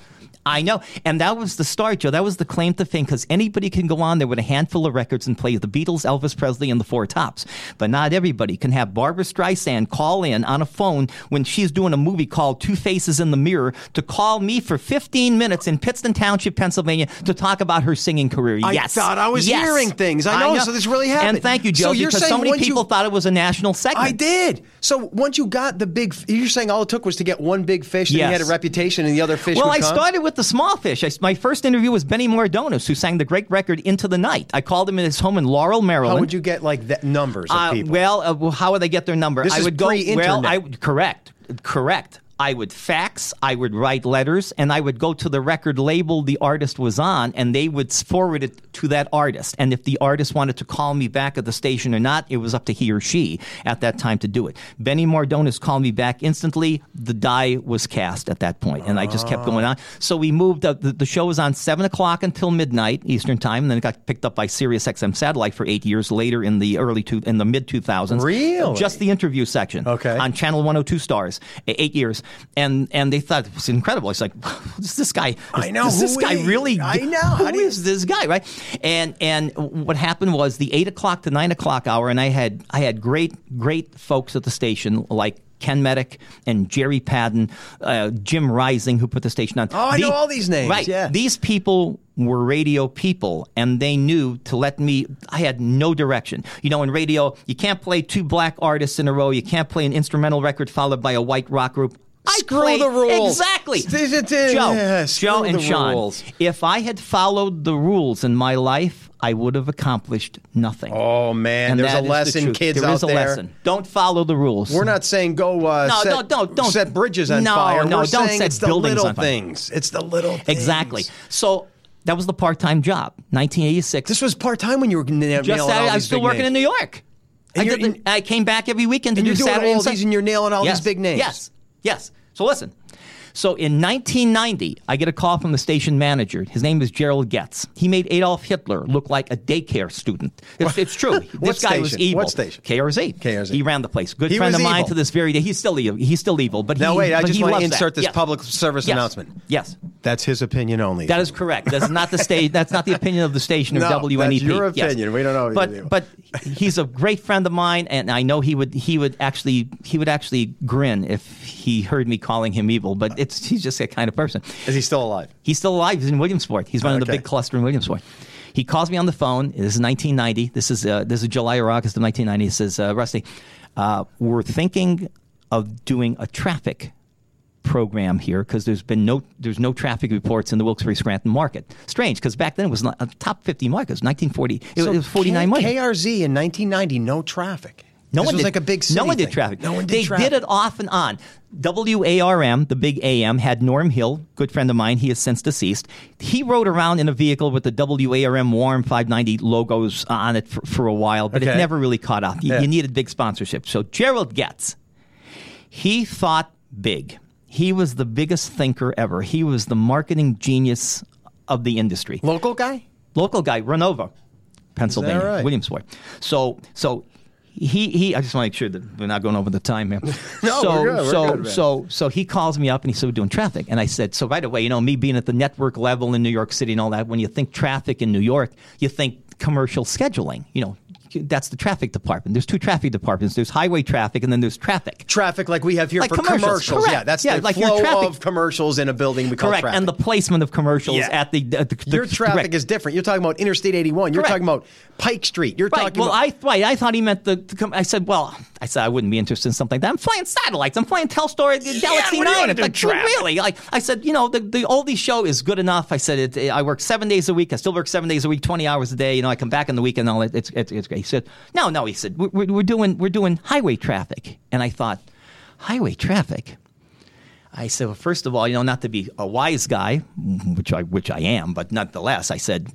I know. And that was the start, Joe. That was the claim to fame because anybody can go on there with a handful of records and play the Beatles, Elvis Presley, and the Four Tops. But not everybody can have Barbara Streisand call in on a phone when she's doing a movie called Two Faces in the Mirror to call me for 15 minutes in Pittston Township, Pennsylvania to talk about her singing career.
I
yes.
thought I was
Yes.
hearing things. I know, so this really
And
happened.
thank you,
So
Joe,
you're
because so
saying
many
once you-
people thought it was a national segment.
I did. So once you got the big, you're saying all it took was to get one big fish, then
Yes.
you had a reputation, and the other fish.
Well,
would
I
come?
started with the small fish. I, my first interview was Benny Mordonis, who sang the great record "Into the Night." I called him at his home in Laurel, Maryland.
How would you get like that numbers of
Uh,
people?
well, uh, well, how would they get their number?
This
I
is
would go. Well,
pre-internet.
I would- correct, correct. I would fax. I would write letters, and I would go to the record label the artist was on, and they would forward it to that artist. And if the artist wanted to call me back at the station or not, it was up to he or she at that time to do it. Benny Mardonis called me back instantly. The die was cast at that point, and I just kept going on. So we moved. Up, the, the show was on seven o'clock until midnight Eastern time, and then it got picked up by Sirius XM satellite for eight years later in the early two in the mid two thousands.
Really?
Just the interview section.
Okay.
On channel one hundred two stars, e- eight years, and and they thought it was incredible. It's like, [LAUGHS] is this guy?
I know,
Is this
who
guy
is-
really?
I know,
Who
how do you-
is this guy? Right. And and what happened was the eight o'clock to nine o'clock hour, and I had I had great great folks at the station like. Ken Medic and Jerry Padden, uh, Jim Rising, who put the station on.
Oh, I know all these names,
Right.
yeah.
These people were radio people, and they knew to let me. I had no direction. You know, in radio, you can't play two black artists in a row. You can't play an instrumental record followed by a white rock group. I
Screw
played-
the rules.
Exactly.
This is it.
Joe,
Yeah,
Joe
screw
and
the
Sean,
rules.
if I had followed the rules in my life, I would have accomplished nothing.
oh man,
and
there's
that
a
is the
lesson,
truth.
kids
There
out
is a
there.
lesson. Don't follow the rules.
We're not saying go uh,
No,
set,
don't- don't- don't.
set bridges on
No,
fire.
no,
We're
don't
saying
set
it's the
buildings
little
on fire.
things. It's the little things.
exactly. So that was the part-time job, 1986.
This was part time when you were n- nailing
just
all
Saturday.
these
I was still
big
working
names.
in New York.
And
I,
you're-
did the-
and-
I came back every weekend to
And
do
you're doing
Saturday
all
and Sun-
these, and you're nailing all
Yes.
these big names.
Yes, yes. So listen. So in 1990, I get a call from the station manager. His name is Gerald Getz. He made Adolf Hitler look like a daycare student. It's,
[LAUGHS]
it's true. this guy was
station?
evil.
What station?
KRZ.
KRZ.
He ran the place. Good
He
friend
was
of mine
evil.
to this very day. He's still evil. He's still evil. But
Now
he,
wait, I
but
just
he
want to
loves that.
insert this
Yes.
public service
Yes.
announcement.
Yes.
That's his opinion only.
That is correct. That's not the state. That's not the opinion of the station or
No,
WNEP.
that's your
Yes.
opinion. We don't know what you do.
But but he's a great friend of mine, and I know he would he would actually he would actually grin if he heard me calling him evil. But it's he's just that kind of person.
is he still alive?
He's still alive. He's in Williamsport. He's running the
Okay.
big cluster in Williamsport. He calls me on the phone. This is 1990. This is uh, this is July or August of 1990. He says, uh, "Rusty, uh, we're thinking of doing a traffic program here because there's been no there's no traffic reports in the Wilkes-Barre Scranton market. Strange because back then it was not a top 50 market. It was 1940. It, was- it was 49
K-
money.
KRZ in 1990, no traffic.
No
This
one
was
did,
like a big city
No one
thing.
did traffic.
No one did
They
traffic.
did it off and on. WARM, the big AM, had Norm Hill, good friend of mine. He is since deceased. He rode around in a vehicle with the WARM Warm 590 logos on it for, for a while, but it
Okay.
never really caught on. You,
Yeah.
you needed big sponsorship. So Gerald Getz, he thought big. He was the biggest thinker ever. He was the marketing genius of the industry
Local guy?
local guy, Renova, Pennsylvania,
right?
Williamsport. So, so he, he, I just want to make sure that we're not going over the time here.
[LAUGHS] No,
so,
we're good, we're
so,
good, man.
so, so he calls me up and he said, we're doing traffic. And I said, so by the way, you know, me being at the network level in New York City and all that, when you think traffic in New York, you think commercial scheduling, you know, that's the traffic department. There's two traffic departments. There's highway traffic and then there's traffic.
Traffic like we have here
Like
for
commercials, correct.
Yeah, that's
Yeah,
the
like your
flow
traffic-
of commercials in a building we call
Correct.
traffic.
And the placement of commercials
Yeah.
at the, at the, the
Your traffic
direct-
is different. You're talking about Interstate 81. You're
Correct.
talking about Pike Street. You're
Right.
talking
Well,
about
I right. I thought he meant the. the com- I said, well, I said I wouldn't be interested in something like that. I'm flying satellites. I'm flying Telstar the Galaxy
what do you
Nine.
wanna
It's
do,
like
traffic?
really. Like I said, you know, the the oldie show is good enough. I said it, I work seven days a week. I still work seven days a week, twenty hours a day. You know, I come back in the weekend. All that. It's it's, it's great. He said, no, no. He said "We- we're, we're doing we're doing highway traffic, and I thought, highway traffic. I said, well, first of all, you know, not to be a wise guy, which I which I am, but nonetheless, I said,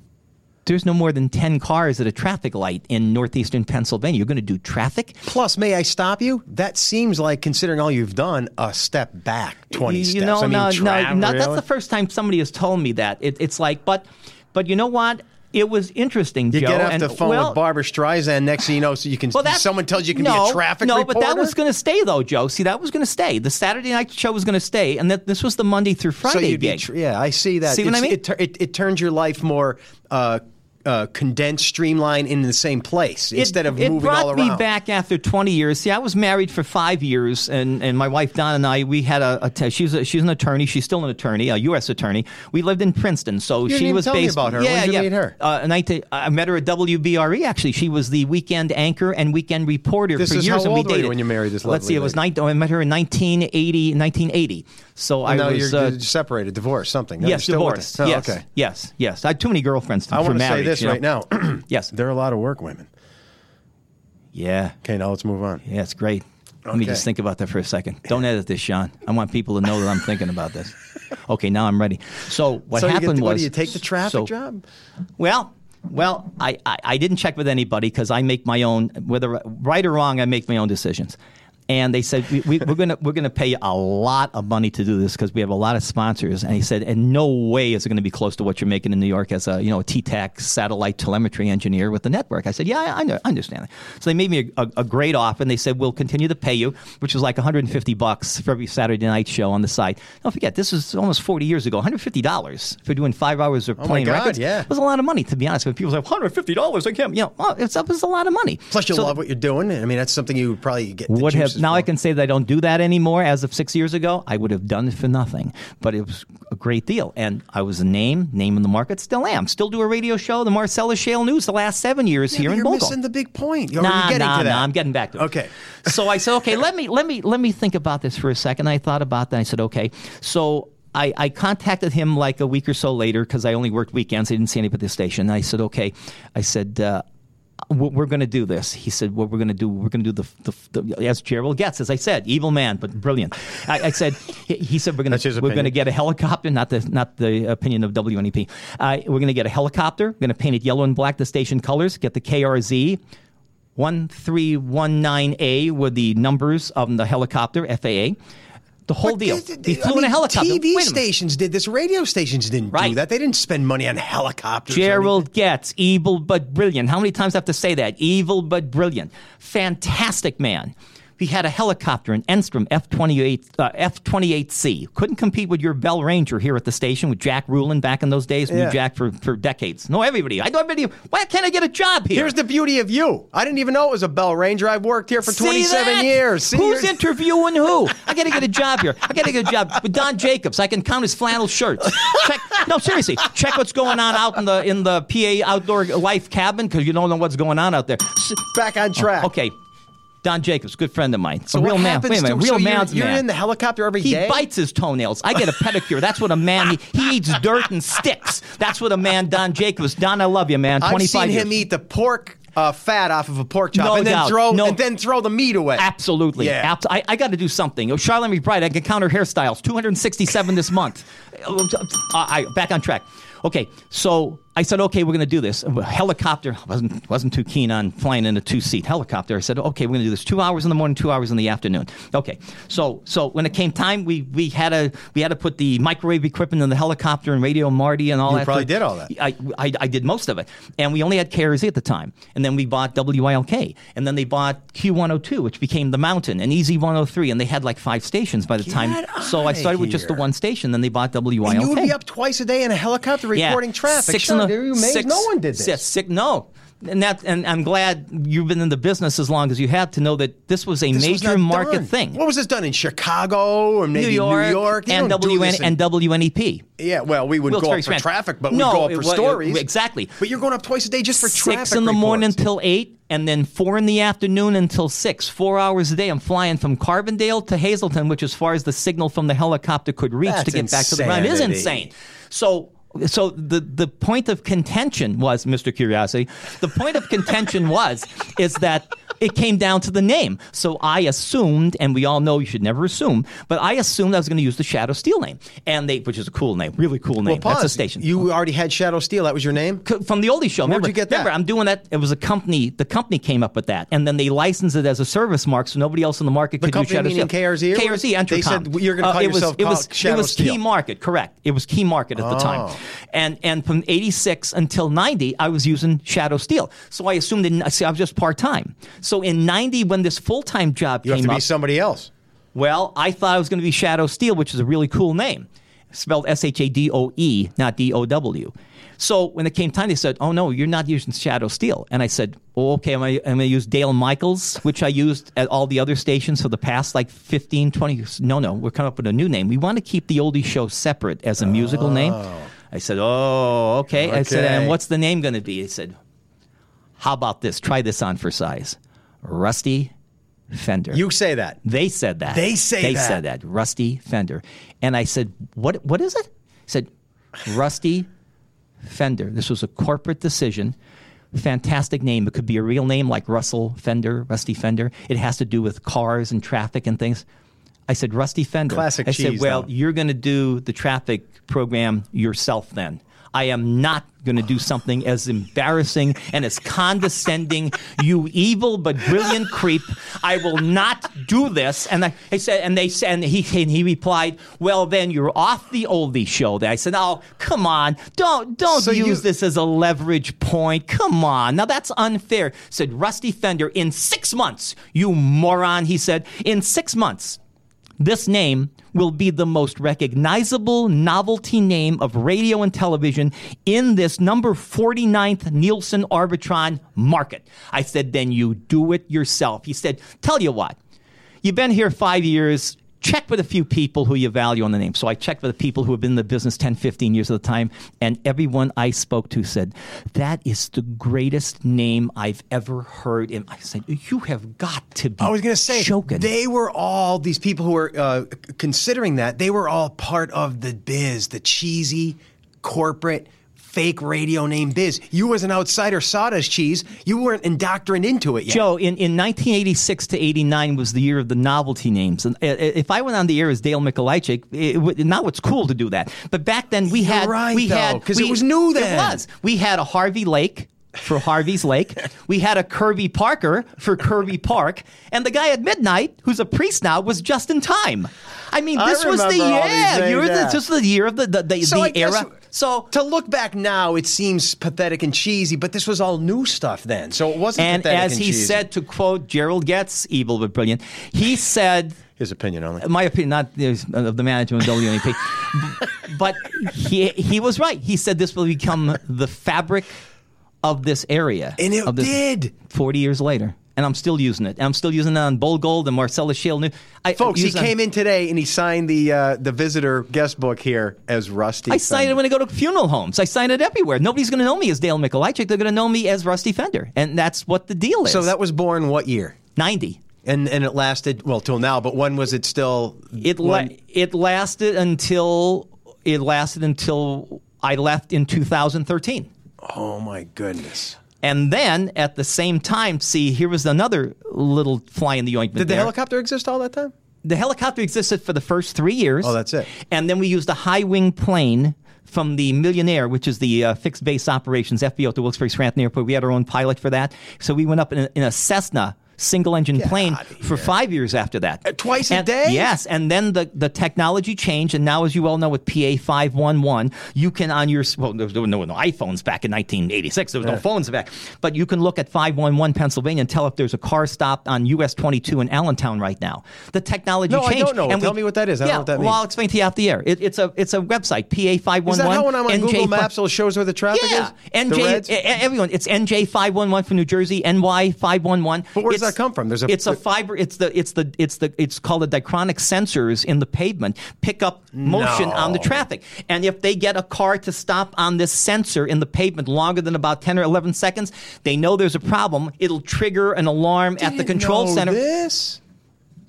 there's no more than ten cars at a traffic light in northeastern Pennsylvania. You're going to do traffic?
Plus, may I stop you? That seems like, considering all you've done, a step back 20
you,
steps.
know,
I mean,
no,
tra-
no, no,
really?
that's the first time somebody has told me that. It, it's like, but, but you know what? It was interesting,
You
Joe.
get off
and-
the phone
well,
with Barbara Streisand. Next thing you know, so you can.
Well, that's,
someone tells you you can
no,
be a traffic
No,
reporter.
but that was going to stay though, Joe. See, that was going to stay. The Saturday night show was going to stay, and that this was the Monday through
so
Friday
you'd be
gig.
tr- yeah, I see that.
See what I
It's-
mean?
It, tur- it, it turns your life more uh, uh, condensed, streamlined, in the same place
It-
instead of
it
moving
brought
all around.
me back after 20 years. See, I was married for five years, and, and my wife Don and I we had a, a t- she's a, she's an attorney. She's still an attorney, a U.S. attorney. We lived in Princeton, so
didn't
she
even
was
tell me
based.
about her.
Yeah,
When'd you
yeah.
meet her?
Uh, 19 I met her at WBRE. E, Actually, she was the weekend anchor and weekend reporter
This
for
is
years,
how
and we
old were you
dated.
when you married this
Let's see, it
lovely
was nine, oh, I met her in 1980. 1980. So I
Oh, No,
was.
you're,
uh,
you're separated, divorced, something. No,
Yes,
you're still with
divorced.
us. Oh,
yes,
okay.
yes, yes. I had too many girlfriends to,
I
for
want to say
marriage.
this
you know?
right now.
[CLEARS THROAT] Yes.
there are a lot of work women.
Yeah.
Okay, now let's move on.
Yeah, it's great. Let me
Okay.
just think about that for a second. Don't edit this, Sean. I want people to know that I'm thinking
[LAUGHS]
about this. Okay, now I'm ready. So what
so you get-
happened
what
was
do you take the traffic
so-
job?
Well, well, I, I, I didn't check with anybody because I make my own whether right or wrong, I make my own decisions. And they said we, we, we're gonna we're gonna pay a lot of money to do this because we have a lot of sponsors. And he said, and no way is it going to be close to what you're making in New York as a you know a T-TAC satellite telemetry engineer with the network. I said, yeah, I, I know, I understand that. So they made me a, a, a great offer, and they said we'll continue to pay you, which was like 150 bucks for every Saturday night show on the site. Don't forget, this was almost 40 years ago. 150 dollars for doing five hours of playing
Oh God,
records
yeah.
was a lot of money, to be honest. When people say $150, I can't, you know, well, it's, it's a lot of money.
Plus, you
So
love what you're doing. I mean, that's something you would probably get. the
would have
juices
now I
for.
can say that I don't do that anymore. As of six years ago, I would have done it for nothing, but it was a great deal, and I was a name, name in the market, still am, still do a radio show, the Marcella Shale News, the last seven years
Yeah,
here
but
in
you're
Bogle.
missing the big point. You're
Nah,
you're getting
nah,
to that.
nah, I'm getting back to it.
Okay.
[LAUGHS] So I said, okay, let me let me let me think about this for a second. I thought about that. I said, okay. So I, I contacted him like a week or so later because I only worked weekends. I didn't see anybody at the station. I said, okay. I said. Uh, "We're- we're going to do this. He said, "What we're going to do? We're going to do the, the, the as Gerald gets, as I said, evil man, but brilliant." I, I said, he, he said, "We're going
That's his
to we're going to
opinion.
get." get a helicopter, not the not the opinion of WNEP. Uh, we're going to get a helicopter. Going to paint it yellow and black, the station colors. Get the KRZ. 1319A were the numbers of the helicopter, FAA. The whole
But
deal.
th- th-
They
I
flew in a
mean,
helicopter. Wait a
TV
minute.
stations did this. Radio stations didn't do
Right.
that. They didn't spend money on helicopters. or
Gerald Getz, evil but brilliant. How many times do I have to say that? Evil but brilliant. Fantastic man. He had a helicopter, an Enstrom F-28, uh, F-28C. Couldn't compete with your Bell Ranger here at the station with Jack Rulin back in those days. Knew
Yeah.
Jack for, for decades. No, everybody. I know everybody. Why can't I get a job here?
Here's the beauty of you. I didn't even know it was a Bell Ranger. I've worked here for
See
27
that?
years. See,
Who's
you're-
interviewing who? I gotta get a job here. I gotta get a job with Don Jacobs. I can count his flannel shirts. Check. No, seriously, check what's going on out in the in the PA outdoor life cabin because you don't know what's going on out there. S-
back on track?
Oh, Okay. Don Jacobs, good friend of mine. It's a
What
real man.
happens
Wait a minute,
to-
real
so you're-
man's
you're,
man.
in the helicopter every day.
He bites his toenails. I get a pedicure. That's what a man. He, he eats dirt and sticks. That's what a man. Don Jacobs. Don, I love you, man.
I've
Twenty
seen
five years.
him eat the pork uh, fat off of a pork chop
No
and then
doubt.
throw
No-
and then throw the meat away.
Absolutely.
Yeah.
Abs- I, I got to do something. Oh, Charlotte McBride, I can count her hairstyles. 267 this month. [LAUGHS] Uh, I, back on track. Okay, so I said, okay, we're going to do this. Helicopter, I wasn't, wasn't too keen on flying in a two seat helicopter. I said, okay, we're going to do this two hours in the morning, two hours in the afternoon. Okay, so so when it came time, we, we had to we had to put the microwave equipment in the helicopter and Radio Marty and all
You
that.
probably
stuff.
did all that.
I, I, I did most of it. And we only had KRZ at the time. And then we bought WILK. And then they bought Q102, which became The Mountain, and E Easy 103. And they had like five stations by the time.
Get
So I
outta
started with just the
here.
one station. Then they bought WILK.
And you would be up twice a day in a helicopter recording traffic.
Six
Sure,
in the-
you're amazed
six-
no one did this.
Six, six, no. And, that, and I'm glad you've been in the business as long as you have to know that this was a
This was
major
not
market
done.
thing.
What was this done in Chicago or maybe
New York,
New York? You
and,
don't do
WN,
this in-
and E WNEP.
yeah, well, we would
Wilkes
go
Ferry
up for
Strand.
traffic, but we
No,
go up
it
for
wa- it-
stories.
exactly.
But you're going up twice a day just for
six
traffic
in the
reports.
morning till eight, and then four in the afternoon until six. Four hours a day. I'm flying from Carbondale to Hazleton, which, as far as the signal from the helicopter could reach
That's
to get back to the ground, is
insanity.
insane. So. So the, the point of contention was, Mr. Curiosity, the point
[LAUGHS]
of contention was, is that it came down to the name. So I assumed, and we all know you should never assume, but I assumed I was going to use the Shadow Steel name, and they, which is a cool name, really cool name.
Well, pause.
That's a station
You already had Shadow Steel. That was your name?
c- from the oldie show. remember,
you get that?
remember, I'm doing that. It was a company. The company came up with that, and then they licensed it as a service mark, so nobody else in the market
The
could
company
do Shadow
meaning KRZ?
Steel. KRZ, Entercom. Uh,
They said, "Well, you're gonna call
it was-
yourself
it was,
called Shadow
It was Key
Steel."
Market, correct? It was Key Market at the time,
Oh.
and and from '86 until '90, I was using Shadow Steel. So I assumed in, I see, I was just part time. So in '90, when this full time job
You have
came
to be
up,
somebody else.
well, I thought it was going to be Shadow Steel, which is a really cool name, spelled S H A D O E, not D O W. So when it came time, they said, "Oh no, you're not using Shadow Steel," and I said, "Oh, okay, am I? Am going to use Dale Michaels, which I used at all the other stations for the past like 15, 20 years?" No, no, we're coming up with a new name. We want to keep the oldie show separate as a musical name. I said, "Oh, okay." I said,
Okay.
"And what's the name going to be?" He said, "How about this? Try this on for size, Rusty Fender."
You say that.
They said that.
They say
they
that.
said that. Rusty Fender. And I said, What what is it? He said, Rusty Fender. This was a corporate decision. Fantastic name. It could be a real name like Russell Fender, Rusty Fender. It has to do with cars and traffic and things. I said, Rusty Fender.
Classic
I said,
cheese,
Well,
though.
you're gonna do the traffic program yourself then. I am not going to do something as embarrassing and as condescending, [LAUGHS] you evil but brilliant creep. I will not do this. And I, I said, and they said, and he, and he replied, "Well, then you're off the oldie show." Then I said, "Oh, come on, don't don't
So
use
you-
this as a leverage point. Come on, now that's unfair." Said Rusty Fender. In six months, you moron. He said, "In six months." This name will be the most recognizable novelty name of radio and television in this number 49th Nielsen Arbitron market. I said, then you do it yourself. He said, tell you what, you've been here five years. Check with a few people who you value on the name. So I checked with the people who have been in the business 10, 15 years at the time, and everyone I spoke to said, That is the greatest name I've ever heard. And I said, You have got to be
I was going to say,
joking.
they were all, these people who were uh, considering that, they were all part of the biz, the cheesy, corporate, fake radio name biz. You, as an outsider, saw it as cheese. You weren't indoctrinated into it yet.
Joe, in, in 1986 to 89 was the year of the novelty names. And uh, if I went on the air as Dale Mikulajczyk, it, would now it's cool to do that. But back then we had
right,
we
though,
had
'cause it
we-
was new
It
then.
was. We had a Harvey Lake for
[LAUGHS]
Harvey's Lake. We had a Kirby Parker for Kirby Park, and the guy at midnight, who's a priest now, was just in time. I mean,
I
this was the year.
remember all these
you were
names,
the,
yeah.
this was the year of the the, the, the
I guess-
era. So
to look back now, it seems pathetic and cheesy, but this was all new stuff then, so it wasn't.
and
pathetic
as
and
he
cheesy.
said, to quote Gerald Getz, evil but brilliant, he said.
his opinion only.
my opinion, not the- of the management of WNEP,
[LAUGHS]
b- but he he was right. He said this will become the fabric of this area,
And it
of this-
did.
Forty years later, and I'm still using it. And I'm still using it on Bull Gold and Marcella Shield. New- I,
Folks, he
use it on-
came in today and he signed the uh, the visitor guest book here as Rusty.
I sign it when I go to funeral homes. I sign it everywhere. Nobody's going to know me as Dale Mikulajczyk. They're going to know me as Rusty Fender, and that's what the deal is.
So that was born what year?
ninety.
And and it lasted well till now. But when was it still?
It la-
when-
it lasted until it lasted until I left in 2013.
oh my goodness!
And then at the same time, see, here was another little fly in the ointment.
Did the
there.
helicopter exist all that time?
The helicopter existed for the first three years.
Oh, that's it.
And then we used a high wing plane from the Millionaire, which is the uh, fixed base operations FBO at the Wilkes-Barre Scranton Airport. We had our own pilot for that. So we went up in a, in a Cessna single engine plane
outta
for five years after that.
Uh, twice a
And-
day?
Yes. And then the, the technology changed. And now, as you all know, with PA 511, you can on your, s- well, there was- there were no, no iPhones back in 1986. There was no phones back. But you can look at 511 Pennsylvania and tell if there's a car stopped on US 22 in Allentown right now. The technology
No, I
changed.
don't know.
And
Tell me what that is. I
yeah,
don't know what that
Well, I'll
means.
explain to you after the air. It, it's, a, it's a website, PA 511.
Is that how when I'm on Google Maps, it'll shows where the traffic
Yeah,
is? The
NJ,
reds?
e- e- everyone. It's NJ five one one from New Jersey, NY five one one.
But where does that come from? There's a-
It's a fiber. It's the. It's the. It's the. It's called the diachronic sensors in the pavement pick up motion on the traffic, and if they get a car to stop on this sensor in the pavement longer than about ten or eleven seconds, they know there's a problem. It'll trigger an alarm at the
Didn't
control
know
center.
This.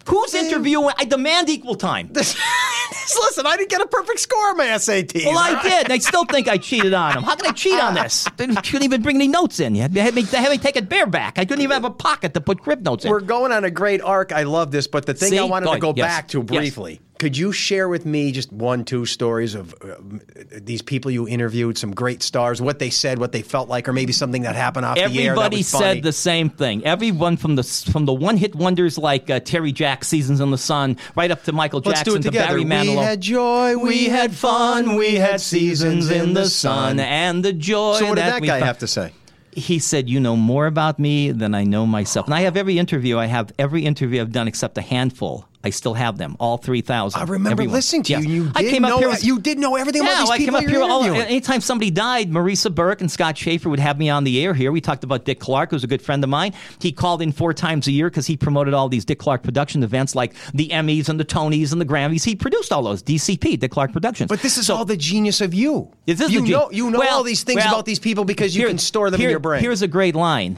Who's interviewing? I demand equal time.
[LAUGHS] Listen, I didn't get a perfect score on my SAT.
Well, I did. and I still think I cheated on him. How can I cheat on this? They couldn't even bring any notes in. You had had me, they had me take it bareback. I couldn't even have a pocket to put crib notes
[LAUGHS]
in.
We're going on a great arc. I love this, but the thing
See?
I wanted to
Go
go
ahead. Yes.
back to
Yes.
briefly. Could you share with me just one, two stories of uh, m- these people you interviewed, some great stars, what they said, what they felt like, or maybe something that happened off the air? that
Everybody
was funny?
said the same thing. Everyone from the from the one hit wonders like uh, Terry Jack, Seasons in the Sun, right up to Michael
Let's do
Jackson
it
to
together.
Barry Manilow.
We had joy, we, had fun, we had seasons in the sun.
and the joy.
so what did
that,
that
we
guy
found-
have to say?
he said, "You know more about me than I know myself." And I have every interview. I have every interview I've done except a handful. I still have them, all three thousand.
I remember listening to you. and You did
I came
know
up here. with-
you did know everything
yeah,
about these
I came
people
up here.
you're
All,
interviewing.
anytime somebody died, Marisa Burke and Scott Schaefer would have me on the air here. We talked about Dick Clark, who's a good friend of mine. He called in four times a year because he promoted all these Dick Clark production events like the Emmys and the Tonys and the Grammys. He produced all those DCP, Dick Clark Productions.
But this is all the genius of you.
This is
you
the gen-
know, you know
Well,
all these things
well,
about these people because you
here-
can store them in
here-
your brain.
Here's a great line.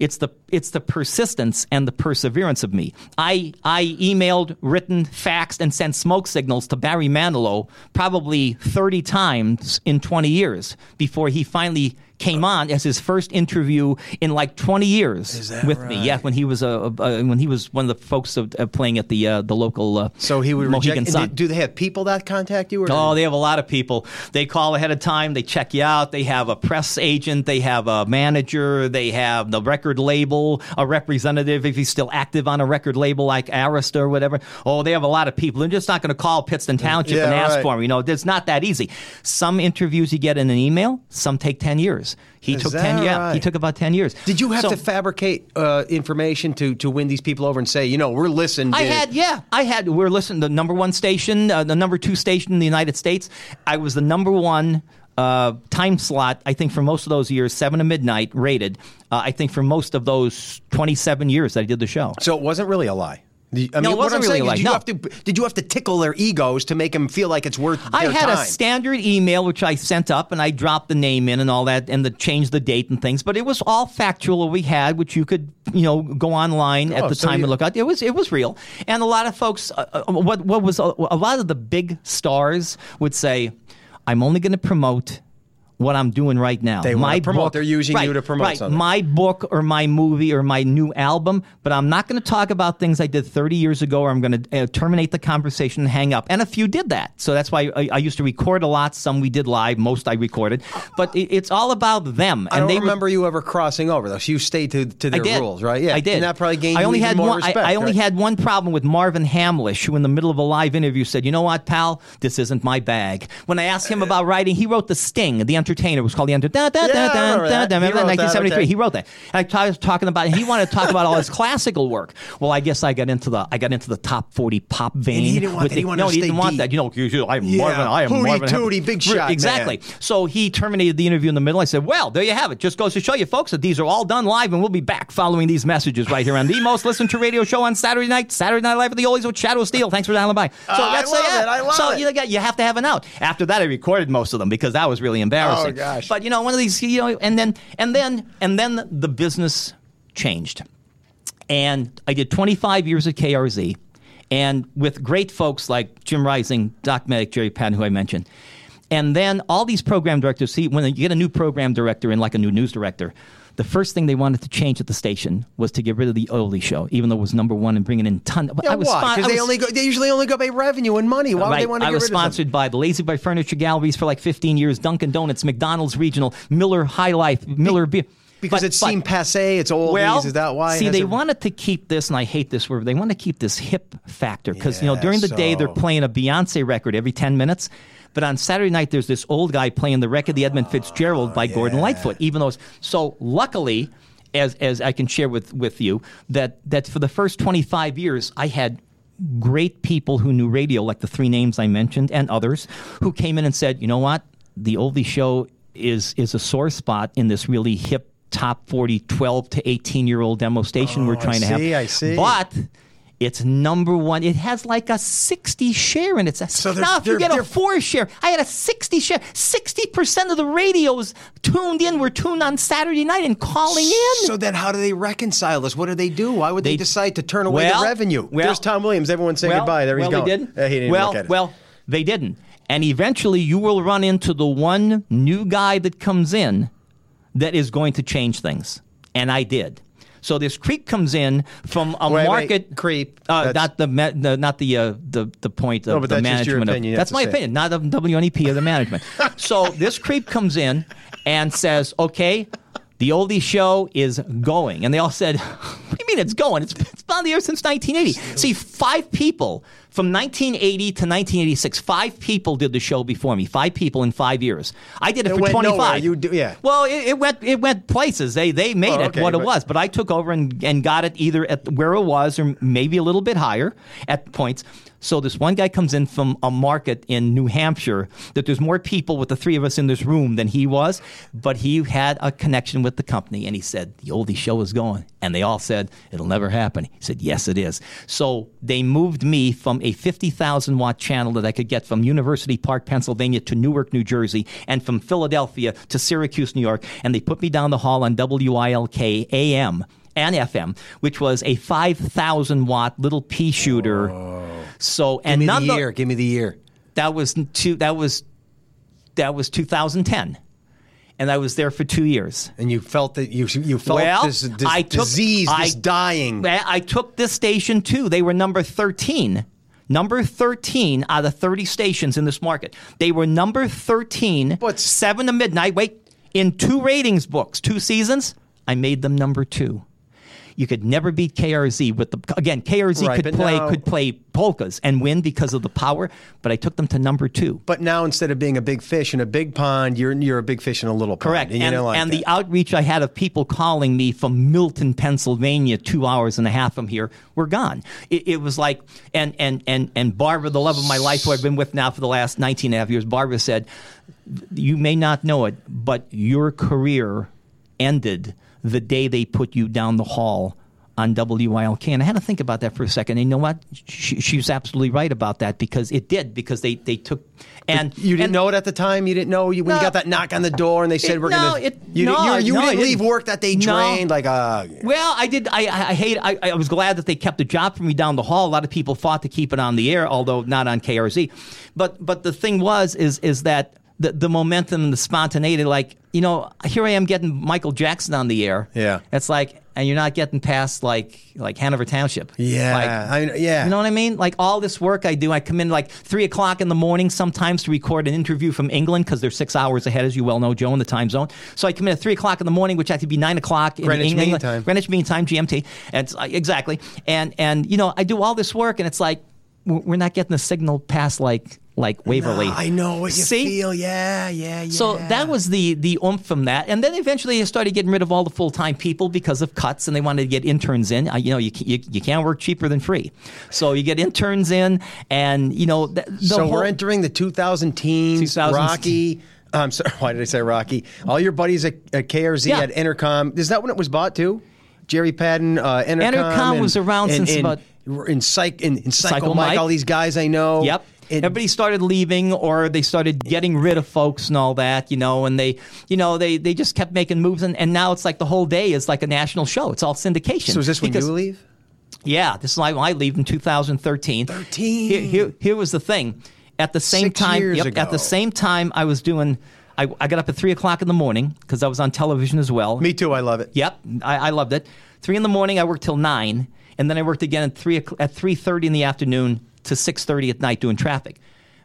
It's the it's the persistence and the perseverance of me. I I emailed, written, faxed, and sent smoke signals to Barry Manilow probably 30 times in 20 years before he finally came on as his first interview in like 20 years with me. Yeah, when he was a, a, a- when he was one of the folks of, uh, playing at the uh, the local uh,
so he would
Mohegan
reject. and
Sun.
did- do they have people that contact you? Or
Oh, they have a lot of people. They call ahead of time. They check you out. They have a press agent. They have a manager. They have the record label, a representative if he's still active on a record label like Arista or whatever. Oh, they have a lot of people. They're just not going to call Pittston Township
Yeah,
and ask
right.
for him. You know, it's not that easy. Some interviews you get in an email. Some take ten years. He
Is
took
that
ten. Yeah, he
right?
took about ten years.
Did you have
So-
to fabricate uh, information to, to win these people over and say, you know, we're listened?
I
to?
had, yeah, I had. We're listening to the number one station, uh, the number two station in the United States. I was the number one uh, time slot, I think, for most of those years, seven to midnight rated. Uh, I think for most of those twenty-seven years that I did the show.
So it wasn't really a lie. The- I
No,
mean,
it
what
wasn't
I'm
really
saying
a lie,
Is, did
no.
you have to did you have to tickle their egos to make them feel like it's worth?
I
their
had a
time?
standard email which I sent up, and I dropped the name in and all that, and the changed the date and things. But it was all factual. What we had, which you could you know go online
Oh,
at the
so
time
you-
and look at. It was it was real, and a lot of folks, uh, uh, what what was a, a lot of the big stars would say, "I'm only going to promote." What I'm doing right now.
They wanna
my
promote.
book-
They're using
right,
you to promote
right.
something.
My book or my movie or my new album, but I'm not going to talk about things I did 30 years ago or I'm going to uh, terminate the conversation and hang up. And a few did that. So that's why I, I used to record a lot. Some we did live, most I recorded. But it, it's all about them.
I
and
don't
they were-
remember you ever crossing over though. So you stayed to, to
I
their
did.
rules, right? Yeah,
I did.
And that probably gained
I
you
only
even
had
more
one.
respect.
I, I only
right?
had one problem with Marvin Hamlish, who in the middle of a live interview said, "You know what, pal? This isn't my bag." When I
[LAUGHS]
asked him about writing, he wrote the Sting, the Entertainer. It was called the Entertainer. Da, da,
Yeah, I
da, da,
remember
da,
that.
da.
He
Remember that?
wrote that,
1973.
okay.
He wrote that. And I was talking about. He wanted to talk about all his classical work. Well, I guess I got into the I got into the top forty pop vein.
he didn't want
with
that.
the-
He wanted
no,
to
he didn't
stay
want
deep.
that. You know, you- you- I'm
Yeah.
Marvin. I am
Hootie
Marvin. Hamlish.
tootie, big shot, man.
Exactly. So he terminated the interview in the middle. I said, Well, there you have it. Just goes to show you, folks, that these are all done live, and we'll be back following these messages right here on the most listened to radio show on Saturday night, Saturday Night Live at the Oldies with Shadow Steel. Thanks for dialing by. So uh,
I love
yeah.
it. I love
so
it.
You, got- you have to have an out. After that, I recorded most of them because that was really embarrassing.
Oh, gosh.
But you know, one of these, you know, and then, and then, and then the business changed And I did 25 years at KRZ, and with great folks like Jim Rising, Doc Medic, Jerry Patton, who I mentioned. And then all these program directors see, when you get a new program director and like a new news director, the first thing they wanted to change at the station was to get rid of the Oli show, even though it was number one and bringing in ton.
Yeah,
I was
why?
spon- I
Because they
was-
only go, they usually only go by revenue and money. Why would they
Right.
want to
I
get
was
rid of something?
sponsored by the Lazy Boy Furniture Galleries for like 15 years, Dunkin' Donuts, McDonald's Regional, Miller High Life, Miller Beer.
Because
But-
it seemed
but-
passe. It's old.
well,
is that why? it
See,
has
they
a-
wanted to keep this, and I hate this word. but They want to keep this hip factor because you know
Yeah,
during the day they're
so-
playing a Beyonce record every ten minutes, but on Saturday night there's this old guy playing the record, the Edmund Fitzgerald by
Oh,
Gordon Lightfoot. Even though, it's, so luckily, as as I can share with with you that that for the first twenty five years I had. Great people who knew radio, like the three names I mentioned, and others, who came in and said, "You know what? The Oldie Show is is a sore spot in this really hip top 40 12 to 18 year old demo station we're trying
see,
to have
Oh, I see.
but it's number one it has like a 60 share in it
So they're-
now if you
they're-
get a
they're-
four share i had a 60 share 60% of the radios tuned in were tuned on saturday night and calling in
So then, how do they reconcile this? What do they do? Why would they,
They-
decide to turn away
Well,
the revenue?
well-
There's Tom Williams. Everyone say goodbye. There he's
well,
gone.
They didn't.
Uh, he didn't
well,
look at it.
well, they didn't. And eventually, you will run into the one new guy that comes in that is going to change things. And I did. So this creep comes in from a
Wait, wait,
market
creep.
Uh,
That's-
not the, ma- the not the uh, the the point of
but
the
that's just your
management. of-
opinion, you
that's
have
my
to say.
opinion, not of WNEP or the management. so this creep comes in and says, "Okay, the oldie show is going," and they all said, [LAUGHS] "What do you mean it's going? It's, it's been on the air since 1980." See, five people from 1980 to 1986, five people did the show before me. Five people in five years. I did it, for
went
25.
nowhere. You do- yeah.
Well, it, it went it went places. They they made
Oh,
it
okay,
what
but-
it was, but I took over and, and got it either at where it was or maybe a little bit higher at points. So this one guy comes in from a market in New Hampshire that there's more people with the three of us in this room than he was, but he had a connection with the company and he said the oldie show is going, and they all said it'll never happen. He said yes, it is. So they moved me from a 50,000 watt channel that I could get from University Park, Pennsylvania to Newark, New Jersey, and from Philadelphia to Syracuse, New York. And they put me down the hall on WILK AM and FM, which was a 5,000 watt little pea shooter. So,
give
and
me
none
the
of-
year. Give me the year.
that was two, that was, that was 2010. And I was there for two years.
And you felt that you you felt
Well,
this, this
I took,
disease,
I,
this dying.
Well, I took this station too. They were number 13. Number 13 out of 30 stations in this market. They were number 13,
But-
7 to midnight. Wait, in two ratings books, two seasons, I made them number two. You could never beat KRZ with the again KRZ
Right,
could
but
play
now-
could play polkas and win because of the power, but I took them to number two.
But now instead of being a big fish in a big pond, you're you're a big fish in a little pond.
Correct.
And, you
and
don't like
and
that.
the outreach I had of people calling me from Milton, Pennsylvania, two hours and a half from here, were gone. It, it was like, and, and, and, and Barbara, the love of my life, who I've been with now for the last 19 and a half years, Barbara said, You may not know it, but your career ended the day they put you down the hall on WILK. And I had to think about that for a second. And you know what? She, she was absolutely right about that because it did, because they, they took. And
You didn't
and,
know it at the time. You didn't know you, when you
No.
got that knock on the door and they said
It-
we're
no,
gonna.
it-
you
no,
didn't, you, you
no, I
didn't leave
didn't.
work that day
No.
drained like uh, a.
Well, I did. I, I I hate. I, I was glad that they kept the job for me down the hall. A lot of people fought to keep it on the air, although not on KRZ. But but the thing was is is that the, the momentum and the spontaneity. Like you know, here I am getting Michael Jackson on the air.
Yeah.
it's like, and you're not getting past like like Hanover Township.
Yeah,
Like,
I mean, yeah.
you know what I mean? Like all this work I do, I come in like three o'clock in the morning sometimes to record an interview from England because they're six hours ahead, as you well know, Joe, in the time zone. So I come in at three o'clock in the morning, which had to be nine o'clock in
Greenwich
England,
Mean Time.
Greenwich Mean Time, GMT. And it's, uh, exactly. And and you know, I do all this work, and it's like we're we're not getting the signal past like like Waverly.
Ah, I know what you
See?
feel. Yeah, yeah, yeah.
So that was the the oomph from that, and then eventually they started getting rid of all the full time people because of cuts, and they wanted to get interns in. Uh, you know, you, ca- you you can't work cheaper than free, so you get interns in, and you know, th- the
So
whole-
we're entering the 2000 teens.
2000s.
Rocky. I'm sorry. [LAUGHS] Why did I say Rocky? All your buddies at, at KRZ
Yeah.
at Intercom. Is that when it was bought too? Jerry Padden, uh, Intercom.
Intercom was around since
and,
about-
in psych in, in Psycho,
Psycho
Mike,
Mike.
All these guys I know.
Yep.
It-
Everybody started leaving, or they started getting rid of folks and all that, you know. And they, you know, they they just kept making moves, and, and now it's like the whole day is like a national show. It's all syndication.
So is this when
Because-
you leave?
yeah, this is like when I leave in 2013.
13.
Here, here, here was the thing. At the same
Six
time,
years
yep,
ago.
at the same time, I was doing. I, I got up at three o'clock in the morning because I was on television as well.
Me too. I love it.
Yep, I, I loved it. Three in the morning, I worked till nine, and then I worked again at three o'cl- at three thirty in the afternoon to six thirty at night doing traffic.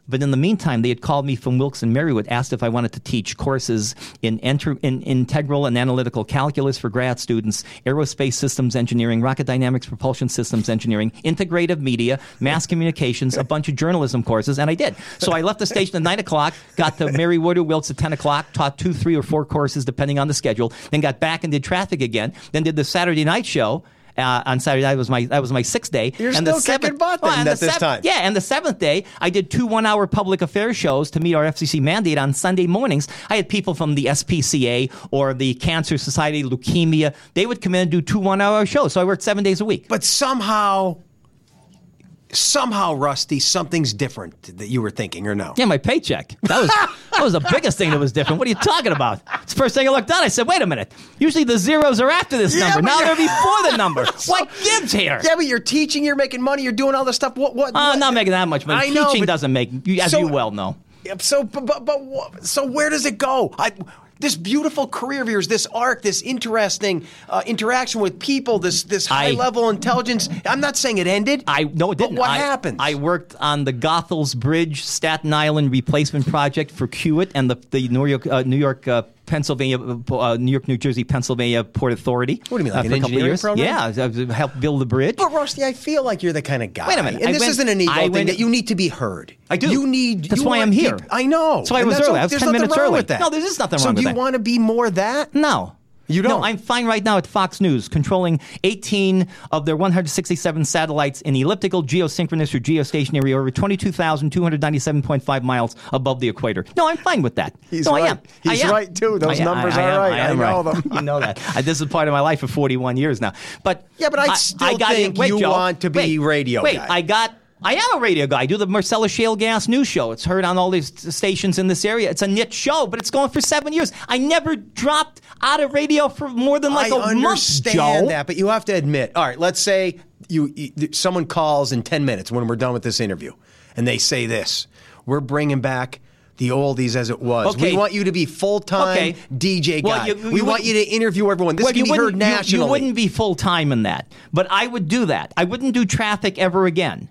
But in the meantime, they had called me from Wilkes and Marywood, asked if I wanted to teach courses in, enter, in integral and analytical calculus for grad students, aerospace systems engineering, rocket dynamics, propulsion systems engineering, integrative media, mass communications, a bunch of journalism courses, and I did. So I left the station at nine o'clock, got to Marywood or Wilkes at ten o'clock, taught two, three, or four courses depending on the schedule, then got back and did traffic again, then did the Saturday night show. Uh, on Saturday night was my that was my sixth day.
You're
and the
still kicking
seventh,
butt then
and
at
the
this
sev-
time.
Yeah, and the seventh day, I did two one-hour public affairs shows to meet our FCC mandate on Sunday mornings. I had people from the SPCA or the Cancer Society, leukemia. They would come in and do two one-hour shows. So I worked seven days a week.
But somehow, somehow, Rusty, something's different that you were thinking, or no?
Yeah, my paycheck. That was that was the biggest thing that was different. What are you talking about? It's the first thing I looked at. I said, wait a minute. Usually the zeros are after this number.
but
Now
you're- [LAUGHS]
they're before the number. what gives [LAUGHS] here?
Yeah, but you're teaching, you're making money, you're doing all this stuff. What? What?
Uh,
what-
not making that much money.
I know,
Teaching
but-
doesn't make, you- as
So-
you well know.
Yep, So, but, but, but wha- so where does it go? I, this beautiful career of yours, this arc, this interesting uh, interaction with people, this this high
I-
level intelligence. I'm not saying it ended.
I no, it
But
didn't.
what
I,
happened?
I worked on the Gothels Bridge Staten Island replacement project for Hewitt and the the New York uh, New York. Uh, Pennsylvania, uh, New York, New Jersey, Pennsylvania Port Authority.
What do you mean, like an
uh, for a couple
engineering
years.
program?
Yeah, I- I helped build the bridge.
But Rusty, I feel like you're the kind of guy.
Wait a minute,
And
I
this
went-
isn't an ego
I
thing
went-
that you need to be heard.
I do.
You need.
That's
you
why
want
I'm here.
people- I know.
That's why I
And
was early.
what-
I was
there's
10
nothing
minutes
wrong
early.
With that.
No, there is nothing
so
wrong with
do you
that.
want to be more that?
No.
You don't?
No, I'm fine right now at Fox News, controlling 18 of their 167 satellites in elliptical, geosynchronous, or geostationary orbit, 22,297.5 miles above the equator. No, I'm fine with that.
He's
no,
right.
I am.
He's
I am.
right, too. Those
I-
numbers
I, I
are
am.
right. I
am
know
right.
them.
[LAUGHS] you know that. I- this is part of my life for 41 years now. But
Yeah, but I still
got in-
think
wait,
you
Joe.
want to be
wait,
radio
Wait,
guy.
I got. I am a radio guy. I do the Marcella Shale Gas News Show. It's heard on all these t- stations in this area. It's a niche show, but it's going for seven years. I never dropped out of radio for more than like a
I
month,
understand
Joe.
that, but you have to admit. All right, let's say you, you someone calls in ten minutes when we're done with this interview, and they say this: "We're bringing back." The oldies as it was.
Okay.
We want you to be full time
Okay.
DJ
Well,
guy.
you- you
we want
wouldn't-
you to interview everyone. This
Well,
can be heard
wouldn't- you-
nationally.
You wouldn't be full time in that, but I would do that. I wouldn't do traffic ever again.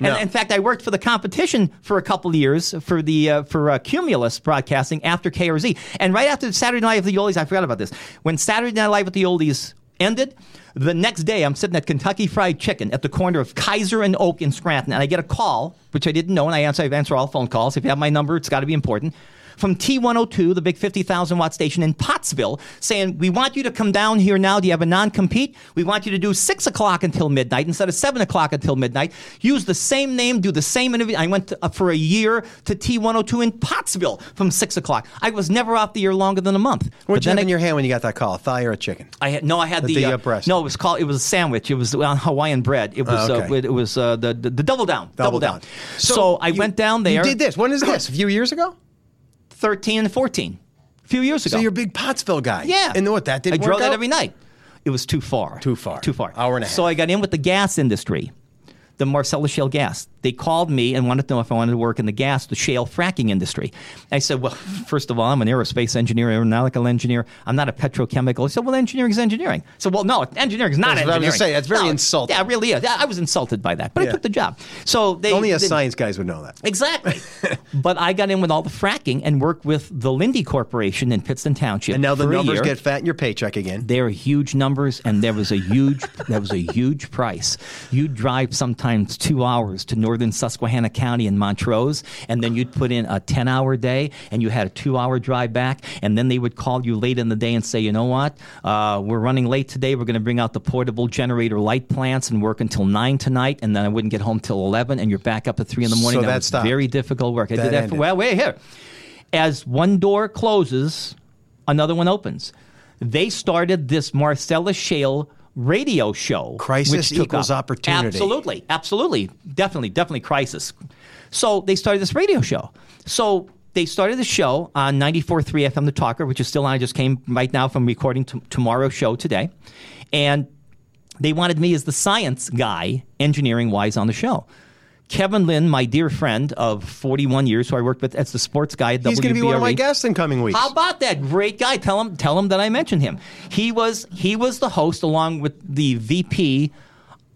And
No.
in fact, I worked for the competition for a couple of years for the uh, for uh, Cumulus Broadcasting after KRZ, and right after Saturday Night with the Oldies, I forgot about this. When Saturday Night Live with the Oldies ended, the next day I'm sitting at Kentucky Fried Chicken at the corner of Kaiser and Oak in Scranton, and I get a call which I didn't know, and I answer I answer all phone calls. If you have my number, it's got to be important from T102, the big 50,000 watt station in Pottsville, saying, We want you to come down here now. Do you have a non compete? We want you to do six o'clock until midnight instead of seven o'clock until midnight. Use the same name, do the same interview. I went to, uh, for a year to T102 in Pottsville from six o'clock. I was never off the air longer than a month.
What'd you
then
have
I-
in your hand when you got that call? A thigh or a chicken?
I had no. I had the,
The,
uh,
uh, breast.
no. It was called. It was a sandwich. It was on Hawaiian bread. It was.
okay.
Uh, it, it was uh, the, the the double down.
Double down.
down. So, I
you-
went down there.
You did this. When is this? A few years ago?
thirteen and fourteen, a few years ago.
So you're a big Pottsville guy.
Yeah.
And what that didn't
I
work
drove that
out?
every night. It was too far.
Too far.
Too far.
Hour and a half.
So I got in with the gas industry, the Marcellus Shale Gas. They called me and wanted to know if I wanted to work in the gas, the shale fracking industry. I said, well, [LAUGHS] first of all, I'm an aerospace engineer, aeronautical engineer. I'm not a petrochemical. He said, well, engineering is engineering. I said, well, no, engineering is not
That's what I
engineering.
was gonna say. That's very
No,
insulting.
Yeah, it really is. I I was insulted by that, but
Yeah.
I took the job. So they
Only us
they-
science guys would know that. [LAUGHS]
Exactly. but I got in with all the fracking and worked with the Lindy Corporation in Pittston Township.
And now the
for a
numbers
year
get fat in your paycheck again.
they are huge numbers and there was a huge there was a huge price you'd drive sometimes two hours to northern susquehanna county in montrose and then you'd put in a 10 hour day and you had a two hour drive back and then they would call you late in the day and say you know what uh, we're running late today we're going to bring out the portable generator light plants and work until 9 tonight and then i wouldn't get home till 11 and you're back up at 3 in the morning
So that
was
stopped.
very difficult work i
That
did that
ended.
for well wait here as one door closes, another one opens. They started this Marcella Shale radio show.
Crisis
which took
equals
up-
opportunity.
Absolutely, absolutely, definitely, definitely crisis. So they started this radio show. So they started the show on 94.3 FM The Talker, which is still on. I just came right now from recording t- tomorrow's show today. And they wanted me as the science guy, engineering wise, on the show. Kevin Lynn, my dear friend of 41 years, who I worked with as the sports guy at
He's going to be one of my
WBRE.
guests in coming weeks.
E. How about that great guy? Tell him, tell him that I mentioned him. He was he was the host along with the VP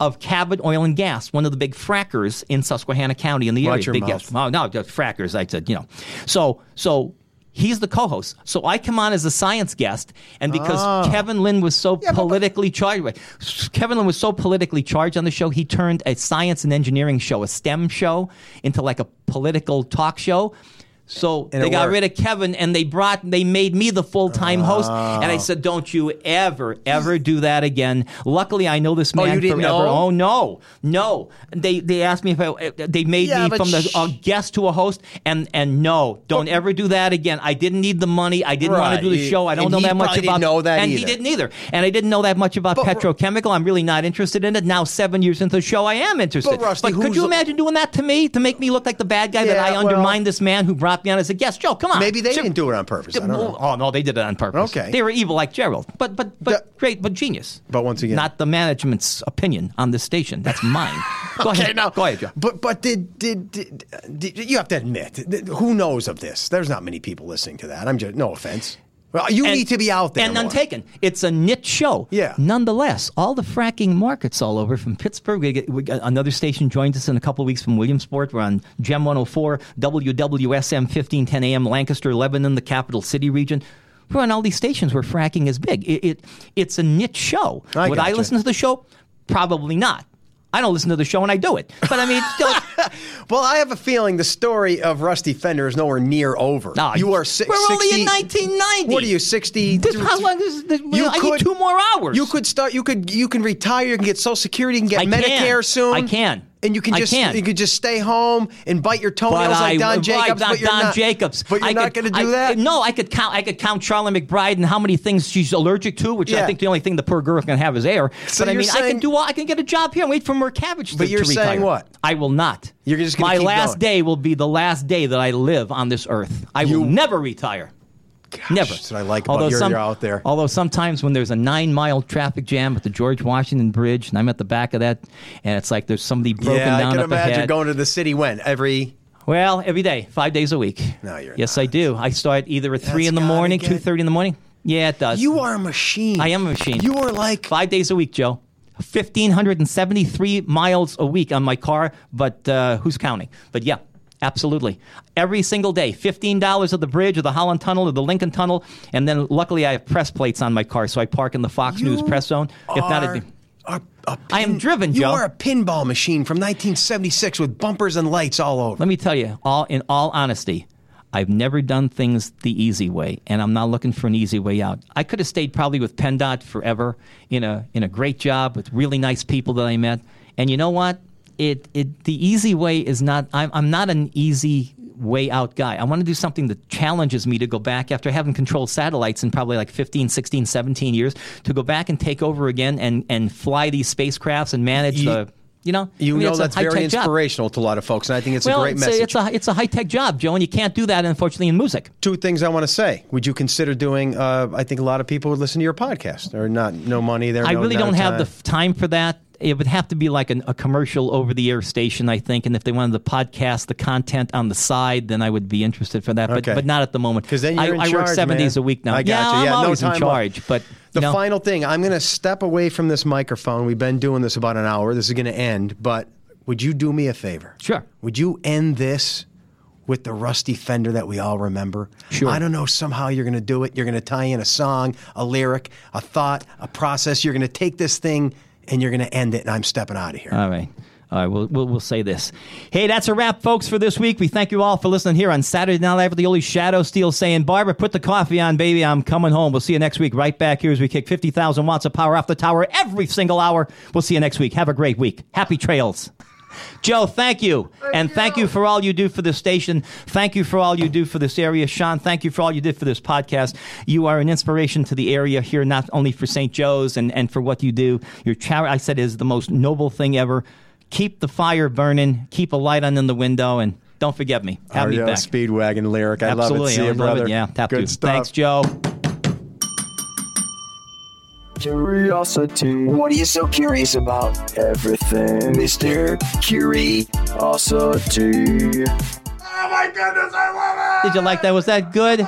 of Cabot Oil and Gas, one of the big frackers in Susquehanna County in the
Watch
area.
your
big
mouth.
gas- Oh no, just frackers. I said, you know. So so. He's the co-host, so I come on as a science guest, and because
Ah.
Kevin Lynn was so politically charged, wait, Kevin Lynn was so politically charged on the show, he turned a science and engineering show, a STEM show, into like a political talk show. So
And
they
it
got
worked.
rid of Kevin and they brought they made me the full time host.
Ah.
And I said, Don't you ever, ever do that again. Luckily I know this man
you didn't
forever.
know?
Oh no. No. They they asked me if I they made
Yeah,
me
but
from the
sh-
a guest to a host and and no, don't ever do that again. I didn't need the money. I didn't want
Right.
to do the
You-
show. I don't
and
know
he
that much
probably
about
didn't know that
And he
either.
didn't either. And I didn't know that much about
Ru-
petrochemical. I'm really not interested in it. Now seven years into the show I am interested.
But Rusty,
could
who's
you
the-
imagine doing that to me to make me look like the bad guy
Yeah,
that I
well-
undermined this man who brought me on as a guest. Joe, come on.
Maybe they
Sure.
didn't do it on purpose. I don't know.
Oh no, they did it on purpose.
Okay.
they were evil like Gerald, but but but
The-
great, but genius.
But once again-
not the management's opinion on this station.
[LAUGHS]
That's mine. Go
Okay,
ahead.
now-
Go ahead, Joe.
But but did did, did did you have to admit? th- Who knows of this? There's not many people listening to that. I'm just no offense. Well, you
And-
need to be out there
and
more.
untaken. It's a niche show.
Yeah.
Nonetheless, all the fracking markets all over from Pittsburgh. We get, we got another station joins us in a couple of weeks from Williamsport. We're on Gem 104, WWSM 1510 AM, Lancaster, Lebanon, the capital city region. We're on all these stations where fracking is big. It, it it's a niche show.
I
Would I
gotcha.
listen to the show? Probably not. I don't listen to the show and I do it. But I mean,
[LAUGHS]
it's still,
Well, I have a feeling the story of Rusty Fender is nowhere near over.
No,
you are si-
we're
60,
only in 1990.
What are you, 60?
This- how long is this- I need two more hours.
You could start, you could you can retire, you can get Social Security, you can get
I can.
Medicare soon.
I can.
And you can
I
just
can.
you could just stay home and bite your toenails
But
like
I,
Don
right,
Jacobs.
not
but you're
Don
not,
Jacobs.
But you're
I
not
could-
going to do
I-
that?
No, I could count. I could count Charlie McBride and how many things she's allergic to, which I
Yeah.
think the only thing the poor girl can have is air.
So
but I
you're
mean, I
saying-
can do. all- I can get a job here and wait for Murkavich.
But
to,
you're
to retire.
saying what?
I will not.
You're just gonna
my
keep
last
going.
day will be the last day that I live on this earth. I will never retire. Never.
that's what I like about you're- you're out there.
Although sometimes when there's a nine mile traffic jam at the George Washington Bridge, and I'm at the back of that, and it's like there's somebody broken
yeah,
down
I can
up
imagine
ahead.
going to the city when? Every
Well, every day, five days a week.
No, you're
Yes,
not.
I do. I start either at three
That's
in the
gotta
morning,
get-
two thirty in the morning. Yeah, it does.
You are a machine.
I am a machine.
You are like
five days a week, Joe. Fifteen hundred and seventy-three miles a week on my car, but uh, who's counting? But yeah, absolutely. Every single day, fifteen dollars at the bridge, or the Holland Tunnel, or the Lincoln Tunnel, and then luckily I have press plates on my car, so I park in the Fox News
You
press zone. If not,
are
it'd be-
a- a
I am
pin-
driven,
You
Joe.
are a pinball machine from 1976 with bumpers and lights all over.
Let me tell you, all in all honesty, I've never done things the easy way, and I'm not looking for an easy way out. I could have stayed probably with PennDOT forever in a in a great job with really nice people that I met. And you know what? It it the easy way is not. I'm I'm not an easy way out guy. I want to do something that challenges me to go back after having controlled satellites in probably like 15, 16, 17 years to go back and take over again and and fly these spacecrafts and manage
You-
the. You know,
You
I mean,
know
it's a
that's very
high-tech job
inspirational to a lot of folks, and I think it's
well,
a great
it's
message.
A, it's a it's a high tech job, Joe, and you can't do that unfortunately in music.
Two things I want to say. Would you consider doing? Uh, I think a lot of people would listen to your podcast. Or not, no money there.
I
no-
really
not
don't
a
have
time.
the f- time for that. It would have to be like an, a commercial over the air station, I think. And if they wanted the podcast, the content on the side, then I would be interested for that. But
Okay.
but not at the moment
'Cause then you're
I,
in
I work
charge,
seven
man.
days a week now.
I gotcha.
I'm
Yeah, no
always
time
in
off.
charge. But
The
you know,
final thing, I'm going to step away from this microphone. We've been doing this about an hour. This is going to end, but would you do me a favor?
Sure.
Would you end this with the rusty fender that we all remember?
Sure.
I don't know. Somehow you're going to do it. You're going to tie in a song, a lyric, a thought, a process. You're going to take this thing and you're going to end it. And I'm stepping out of here.
All right. All right, we'll, we'll, we'll say this. Hey, that's a wrap, folks, for this week. We thank you all for listening here on Saturday Night Live with the Only Shadow Steel saying, Barbara, put the coffee on, baby. I'm coming home. We'll see you next week, right back here as we kick 50,000 watts of power off the tower every single hour. We'll see you next week. Have a great week. Happy trails. Joe, thank you. and thank you for all you do for this station. Thank you for all you do for this area. Sean, thank you for all you did for this podcast. You are an inspiration to the area here, not only for St. Joe's and, and for what you do. Your charity, I said, is the most noble thing ever. Keep the fire burning, keep a light on in the window, and don't forget me. Have me
Our, uh,
back.
Speedwagon lyric. I
Absolutely.
love it. See
I
ya,
love
brother.
it. Yeah, tap
Good
to.
stuff.
Thanks, Joe.
Curiosity. What are you so curious about? Everything, Mr. Curiosity.
Did you like that? Was that good?